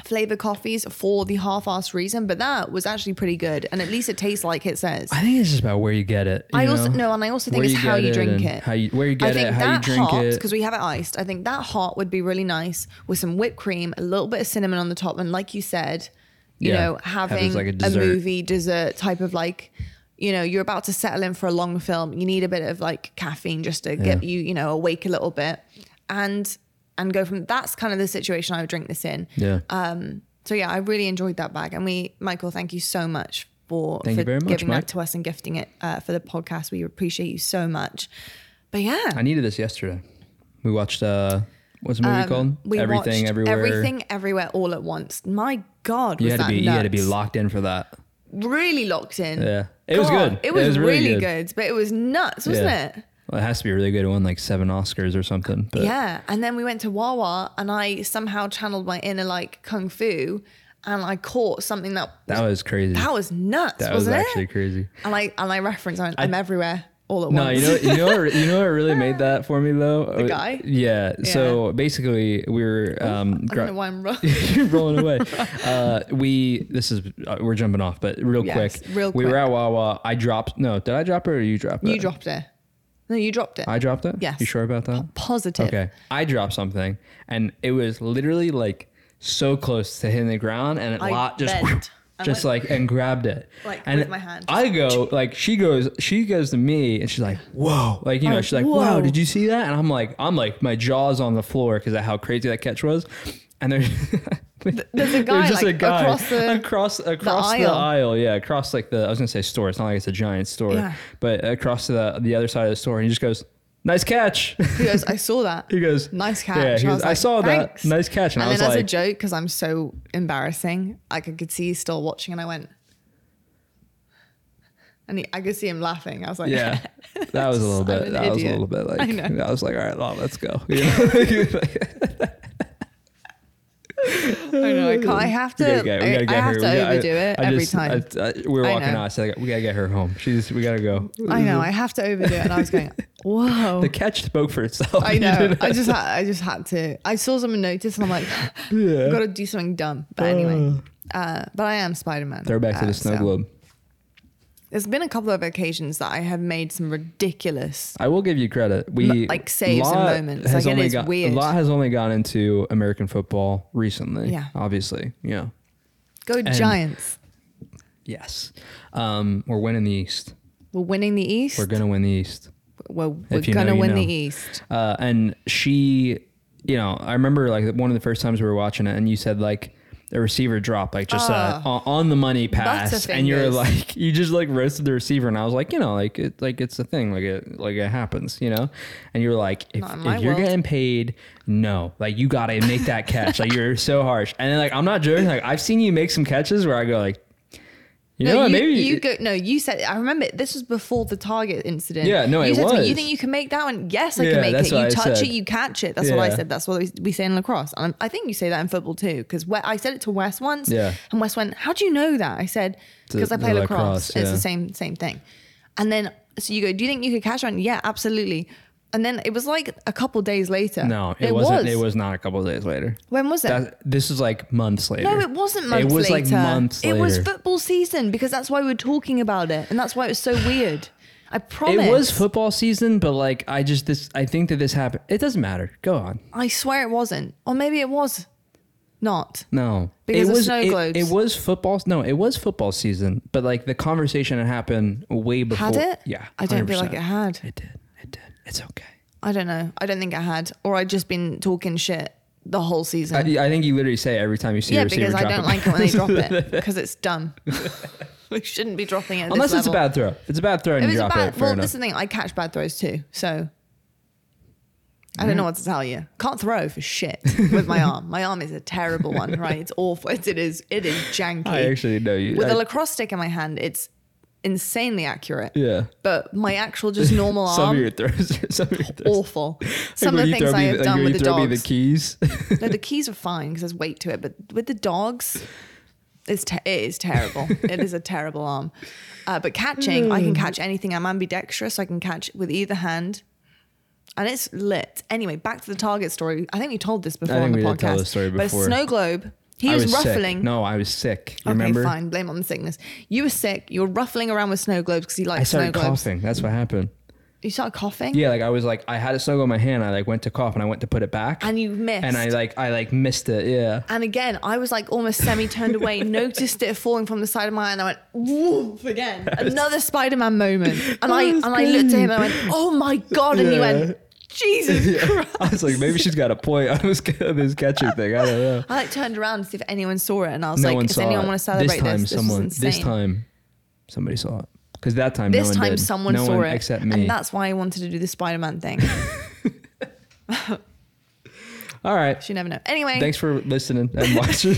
Speaker 1: flavored coffees for the half-assed reason, but that was actually pretty good, and at least it tastes like it says.
Speaker 2: I think it's just about where you get it. you
Speaker 1: I also
Speaker 2: know?
Speaker 1: no, and I also think
Speaker 2: Where
Speaker 1: it's how
Speaker 2: get
Speaker 1: you drink
Speaker 2: and
Speaker 1: it.
Speaker 2: How you where you
Speaker 1: I
Speaker 2: get
Speaker 1: think
Speaker 2: it, how you
Speaker 1: that
Speaker 2: drink
Speaker 1: hot
Speaker 2: it.
Speaker 1: because we have it iced. I think that hot would be really nice with some whipped cream, a little bit of cinnamon on the top, and like you said, you
Speaker 2: Yeah,
Speaker 1: know,
Speaker 2: have it
Speaker 1: having
Speaker 2: as like a
Speaker 1: a,
Speaker 2: dessert.
Speaker 1: movie dessert type of like, you know, you're about to settle in for a long film. You need a bit of like caffeine just to get
Speaker 2: Yeah.
Speaker 1: you, you know, awake a little bit, and and go from. That's kind of the situation I would drink this in.
Speaker 2: Yeah.
Speaker 1: So yeah, I really enjoyed that bag, and we, Michael, thank you so much for,
Speaker 2: Thank
Speaker 1: for
Speaker 2: you very much,
Speaker 1: giving
Speaker 2: Mike.
Speaker 1: that to us and gifting it uh, for the podcast. We appreciate you so much. But
Speaker 2: I
Speaker 1: yeah,
Speaker 2: needed this yesterday. We watched uh what's the movie called?
Speaker 1: Um, we
Speaker 2: everything
Speaker 1: watched
Speaker 2: everywhere.
Speaker 1: everything, everywhere, all at once. My God,
Speaker 2: You
Speaker 1: was
Speaker 2: had to
Speaker 1: that
Speaker 2: be you had to be
Speaker 1: nuts.
Speaker 2: locked in for that.
Speaker 1: really locked in.
Speaker 2: Yeah. It was good.
Speaker 1: It was, really, good.
Speaker 2: good.
Speaker 1: but it was nuts, wasn't
Speaker 2: Yeah.
Speaker 1: it?
Speaker 2: Well, it has to be a really good one, like seven Oscars or something. But
Speaker 1: Yeah. And then we went to Wawa, and I somehow channeled my inner like kung fu, and I caught something that
Speaker 2: that was crazy.
Speaker 1: that was nuts,
Speaker 2: That was
Speaker 1: wasn't it?
Speaker 2: actually crazy.
Speaker 1: and I and I referenced I, am everywhere all at
Speaker 2: No,
Speaker 1: once.
Speaker 2: you know, you know, what- you know what really made that for me though. The
Speaker 1: guy?
Speaker 2: Yeah. So basically, we were um,
Speaker 1: I
Speaker 2: gro-
Speaker 1: don't know why I'm wrong.
Speaker 2: you're rolling away. Uh, we this is uh, we're jumping off, but real
Speaker 1: Yes,
Speaker 2: quick,
Speaker 1: real
Speaker 2: we were
Speaker 1: quick.
Speaker 2: at Wawa. I dropped. No, did I drop it or you dropped it?
Speaker 1: You dropped it. No, you dropped it.
Speaker 2: I dropped it.
Speaker 1: Yes.
Speaker 2: You sure about that?
Speaker 1: Positive.
Speaker 2: Okay. I dropped something, and it was literally like so close to hitting the ground, and it
Speaker 1: I
Speaker 2: lot just
Speaker 1: bent. I
Speaker 2: just
Speaker 1: went-
Speaker 2: like and grabbed it.
Speaker 1: Like,
Speaker 2: and
Speaker 1: with my hand.
Speaker 2: I go like she goes she goes to me and she's like whoa like you know
Speaker 1: Oh,
Speaker 2: she's like
Speaker 1: whoa.
Speaker 2: whoa did you see that and I'm like I'm like my jaws on the floor because of how crazy that catch was, and there's
Speaker 1: There's a guy like
Speaker 2: there's just a guy
Speaker 1: across the.
Speaker 2: across across the
Speaker 1: aisle.
Speaker 2: aisle. yeah, across like the I was gonna say store. It's not like it's a giant store,
Speaker 1: Yeah.
Speaker 2: but across to the the other side of the store, and he just goes, "Nice catch."
Speaker 1: He goes, I saw that.
Speaker 2: he goes,
Speaker 1: nice catch.
Speaker 2: Yeah,
Speaker 1: I,
Speaker 2: he goes,
Speaker 1: was
Speaker 2: I,
Speaker 1: like,
Speaker 2: saw
Speaker 1: "Thanks."
Speaker 2: that. Nice catch, and,
Speaker 1: And,
Speaker 2: I was
Speaker 1: then as
Speaker 2: like,
Speaker 1: a joke, because I'm so embarrassing, like I could see he's still watching, and I went, and he, I could see him laughing. I was like,
Speaker 2: "Yeah." That was a little
Speaker 1: I'm
Speaker 2: bit.
Speaker 1: an
Speaker 2: That was a
Speaker 1: idiot.
Speaker 2: little bit like.
Speaker 1: I
Speaker 2: I,
Speaker 1: know.
Speaker 2: was like, "All right, well, let's go." You know?
Speaker 1: I know. I, can't, I have
Speaker 2: We
Speaker 1: to.
Speaker 2: gotta get- we
Speaker 1: I,
Speaker 2: gotta get
Speaker 1: I have
Speaker 2: her.
Speaker 1: to
Speaker 2: We gotta- I-
Speaker 1: overdo it
Speaker 2: I
Speaker 1: every
Speaker 2: just-
Speaker 1: time.
Speaker 2: I, I- we were
Speaker 1: I
Speaker 2: walking
Speaker 1: know.
Speaker 2: out. I said, "We gotta get her home. She's. We gotta go."
Speaker 1: I know. I have to overdo it, and I was going, whoa.
Speaker 2: The catch spoke for itself.
Speaker 1: Oh. I
Speaker 2: You
Speaker 1: know.
Speaker 2: didn't-
Speaker 1: I just had, I just had to. I saw someone notice, and I'm like,
Speaker 2: Yeah.
Speaker 1: I've got to do something dumb. But anyway, uh, but I am Spider Man.
Speaker 2: Throwback to the snow globe.
Speaker 1: There's been a couple of occasions that I have made some ridiculous.
Speaker 2: I will give you credit. We
Speaker 1: like, saves and
Speaker 2: Lot
Speaker 1: moments.
Speaker 2: has
Speaker 1: Like, it
Speaker 2: only
Speaker 1: is
Speaker 2: got-
Speaker 1: weird.
Speaker 2: Lot has only gone into American football recently.
Speaker 1: Yeah.
Speaker 2: obviously. Yeah.
Speaker 1: Go Giants!
Speaker 2: Yes. Um, we're winning the East.
Speaker 1: We're winning the East.
Speaker 2: We're gonna win the East.
Speaker 1: We're, we're
Speaker 2: If you
Speaker 1: gonna
Speaker 2: know, you
Speaker 1: win
Speaker 2: know.
Speaker 1: the East.
Speaker 2: Uh, and she, you know, I remember like one of the first times we were watching it, and you said like the receiver dropped like just uh,
Speaker 1: Ah.
Speaker 2: on on the money pass, and you're
Speaker 1: Butterfingers.
Speaker 2: like you just like roasted the receiver, and I was like, you know, like it like it's a thing, like it like it happens, you know, and you were like, if,
Speaker 1: Not in my
Speaker 2: if you're
Speaker 1: world.
Speaker 2: getting paid, no, like you gotta make that catch, like you're so harsh, and then like I'm not joking, like I've seen you make some catches where I go like, you know,
Speaker 1: no,
Speaker 2: what,
Speaker 1: you,
Speaker 2: maybe
Speaker 1: you go. No, you said. I remember it, this was before the target incident.
Speaker 2: Yeah, no,
Speaker 1: you
Speaker 2: it
Speaker 1: said to me, you
Speaker 2: was.
Speaker 1: think you can make that one? Yes, I
Speaker 2: Yeah,
Speaker 1: can make
Speaker 2: that's
Speaker 1: it.
Speaker 2: what
Speaker 1: You
Speaker 2: I
Speaker 1: touch
Speaker 2: said.
Speaker 1: it, you catch it. That's what I
Speaker 2: Yeah.
Speaker 1: said. That's what we- we say in lacrosse. And I think you say that in football too, because I said it to Wes once.
Speaker 2: Yeah.
Speaker 1: And Wes went, "How do you know that?" I said,
Speaker 2: To-
Speaker 1: "Because I
Speaker 2: to
Speaker 1: play lacrosse.
Speaker 2: lacrosse,
Speaker 1: It's
Speaker 2: yeah.
Speaker 1: the same same thing." And then so you go, "Do you think you could catch one?" Yeah, absolutely. And then it was like a couple days later.
Speaker 2: no, it, wasn't. It was not a couple of days later.
Speaker 1: When was it?
Speaker 2: That, this is like months later.
Speaker 1: No, it wasn't months
Speaker 2: It was
Speaker 1: later.
Speaker 2: like months later.
Speaker 1: It was football season because that's why we were talking about it, and that's why it was so weird. I promise.
Speaker 2: It was football season, but like I just this I think that this happened. It doesn't matter. Go on.
Speaker 1: I swear it wasn't, or maybe it was not.
Speaker 2: No,
Speaker 1: Because
Speaker 2: it
Speaker 1: of
Speaker 2: was
Speaker 1: snow
Speaker 2: it,
Speaker 1: globes.
Speaker 2: it was football. No, it was football season, but like the conversation had happened way before.
Speaker 1: Had it?
Speaker 2: Yeah,
Speaker 1: I don't feel like it
Speaker 2: 100%.
Speaker 1: had.
Speaker 2: It did. It did. It's okay.
Speaker 1: I don't know. I don't think I had, or I'd just been talking shit the whole season.
Speaker 2: I, I think you literally say every time you see
Speaker 1: yeah,
Speaker 2: a receiver
Speaker 1: because I
Speaker 2: drop
Speaker 1: don't
Speaker 2: it.
Speaker 1: like it when they drop it because it's dumb. we shouldn't be dropping it. At
Speaker 2: unless
Speaker 1: this
Speaker 2: it's a
Speaker 1: level.
Speaker 2: bad throw. It's a bad throw and
Speaker 1: It
Speaker 2: you
Speaker 1: was
Speaker 2: drop
Speaker 1: a bad.
Speaker 2: it. Fair
Speaker 1: well,
Speaker 2: enough.
Speaker 1: this is the thing. I catch bad throws too, so I
Speaker 2: Mm-hmm.
Speaker 1: don't know what to tell you. Can't throw for shit with my arm. My arm is a terrible one, right? It's awful. It's, it is. It is janky.
Speaker 2: I actually know you.
Speaker 1: with
Speaker 2: I-
Speaker 1: a lacrosse stick in my hand, it's insanely accurate.
Speaker 2: yeah.
Speaker 1: But my actual just normal
Speaker 2: Some of
Speaker 1: arm,
Speaker 2: your throws. Some of your throws.
Speaker 1: awful. Some of
Speaker 2: Like when
Speaker 1: the
Speaker 2: you
Speaker 1: things
Speaker 2: throw
Speaker 1: I
Speaker 2: me
Speaker 1: have
Speaker 2: the- like
Speaker 1: done
Speaker 2: when
Speaker 1: with
Speaker 2: you
Speaker 1: the
Speaker 2: throw me
Speaker 1: dogs.
Speaker 2: the keys.
Speaker 1: No, the keys are fine because there's weight to it, but with the dogs, it's te- it is terrible. it is a terrible arm. Uh, but catching,
Speaker 2: Hmm.
Speaker 1: I can catch anything. I'm ambidextrous. I can catch with either hand, and it's lit. Anyway, back to the target story. I think we told this before
Speaker 2: think
Speaker 1: on the
Speaker 2: we
Speaker 1: podcast.
Speaker 2: did tell this story
Speaker 1: But a
Speaker 2: before.
Speaker 1: snow globe He
Speaker 2: I
Speaker 1: was
Speaker 2: sick.
Speaker 1: ruffling.
Speaker 2: No, I was sick.
Speaker 1: Okay,
Speaker 2: remember?
Speaker 1: fine. Blame on the sickness. You were sick. You were ruffling around with snow globes because you
Speaker 2: I
Speaker 1: like snow
Speaker 2: started
Speaker 1: globes.
Speaker 2: coughing. That's what happened.
Speaker 1: You started coughing.
Speaker 2: Yeah, like I was like I had a snow globe in my hand. I like went to cough and I went to put it back.
Speaker 1: And you missed.
Speaker 2: And I like I like missed it. Yeah.
Speaker 1: And again, I was like almost semi turned away, noticed it falling from the side of my eye, and I went, woof again. Another Spider Man moment. And I and I looked at him and I went, oh my God. And he
Speaker 2: Yeah.
Speaker 1: went, Jesus Christ.
Speaker 2: I was like, maybe she's got a point on this, this catcher thing. I don't know.
Speaker 1: I like turned around to see if anyone saw it, and I was
Speaker 2: no
Speaker 1: like,
Speaker 2: one
Speaker 1: "Does
Speaker 2: saw
Speaker 1: anyone
Speaker 2: it.
Speaker 1: want to celebrate
Speaker 2: this time,
Speaker 1: this? This
Speaker 2: someone.
Speaker 1: is insane."
Speaker 2: This time, somebody saw it. Because that time,
Speaker 1: This
Speaker 2: no one
Speaker 1: time
Speaker 2: did.
Speaker 1: someone
Speaker 2: no
Speaker 1: saw
Speaker 2: one
Speaker 1: it,
Speaker 2: except me.
Speaker 1: and that's why I wanted to do the Spider Man thing.
Speaker 2: All right.
Speaker 1: you never know. Anyway,
Speaker 2: Thanks for listening and watching.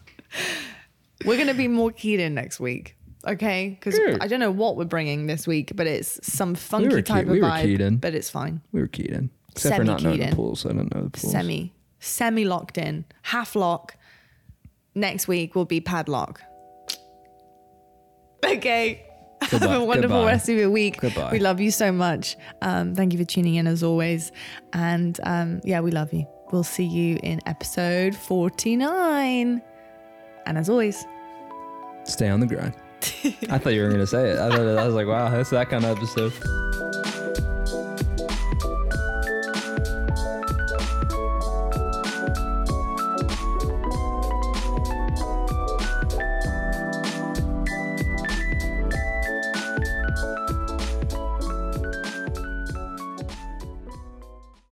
Speaker 1: we're gonna be more keyed in next week, okay? Because
Speaker 2: Sure.
Speaker 1: I don't know what we're bringing this week, but it's some funky
Speaker 2: were
Speaker 1: type
Speaker 2: keyed-
Speaker 1: of
Speaker 2: we were
Speaker 1: vibe.
Speaker 2: keyed in.
Speaker 1: But it's fine.
Speaker 2: we were keyed in, except for not knowing
Speaker 1: Semi-keyed
Speaker 2: the
Speaker 1: in.
Speaker 2: pools. I don't know the pools.
Speaker 1: semi semi locked in half lock next week will be padlock okay
Speaker 2: Goodbye.
Speaker 1: have a wonderful
Speaker 2: Goodbye.
Speaker 1: rest of your week
Speaker 2: Goodbye.
Speaker 1: we love you so much um, thank you for tuning in as always and um, yeah we love you we'll see you in episode 49 and as always
Speaker 2: Stay on the grind. I thought you were going to say it. I, thought, I was like, wow, that's that kind of episode.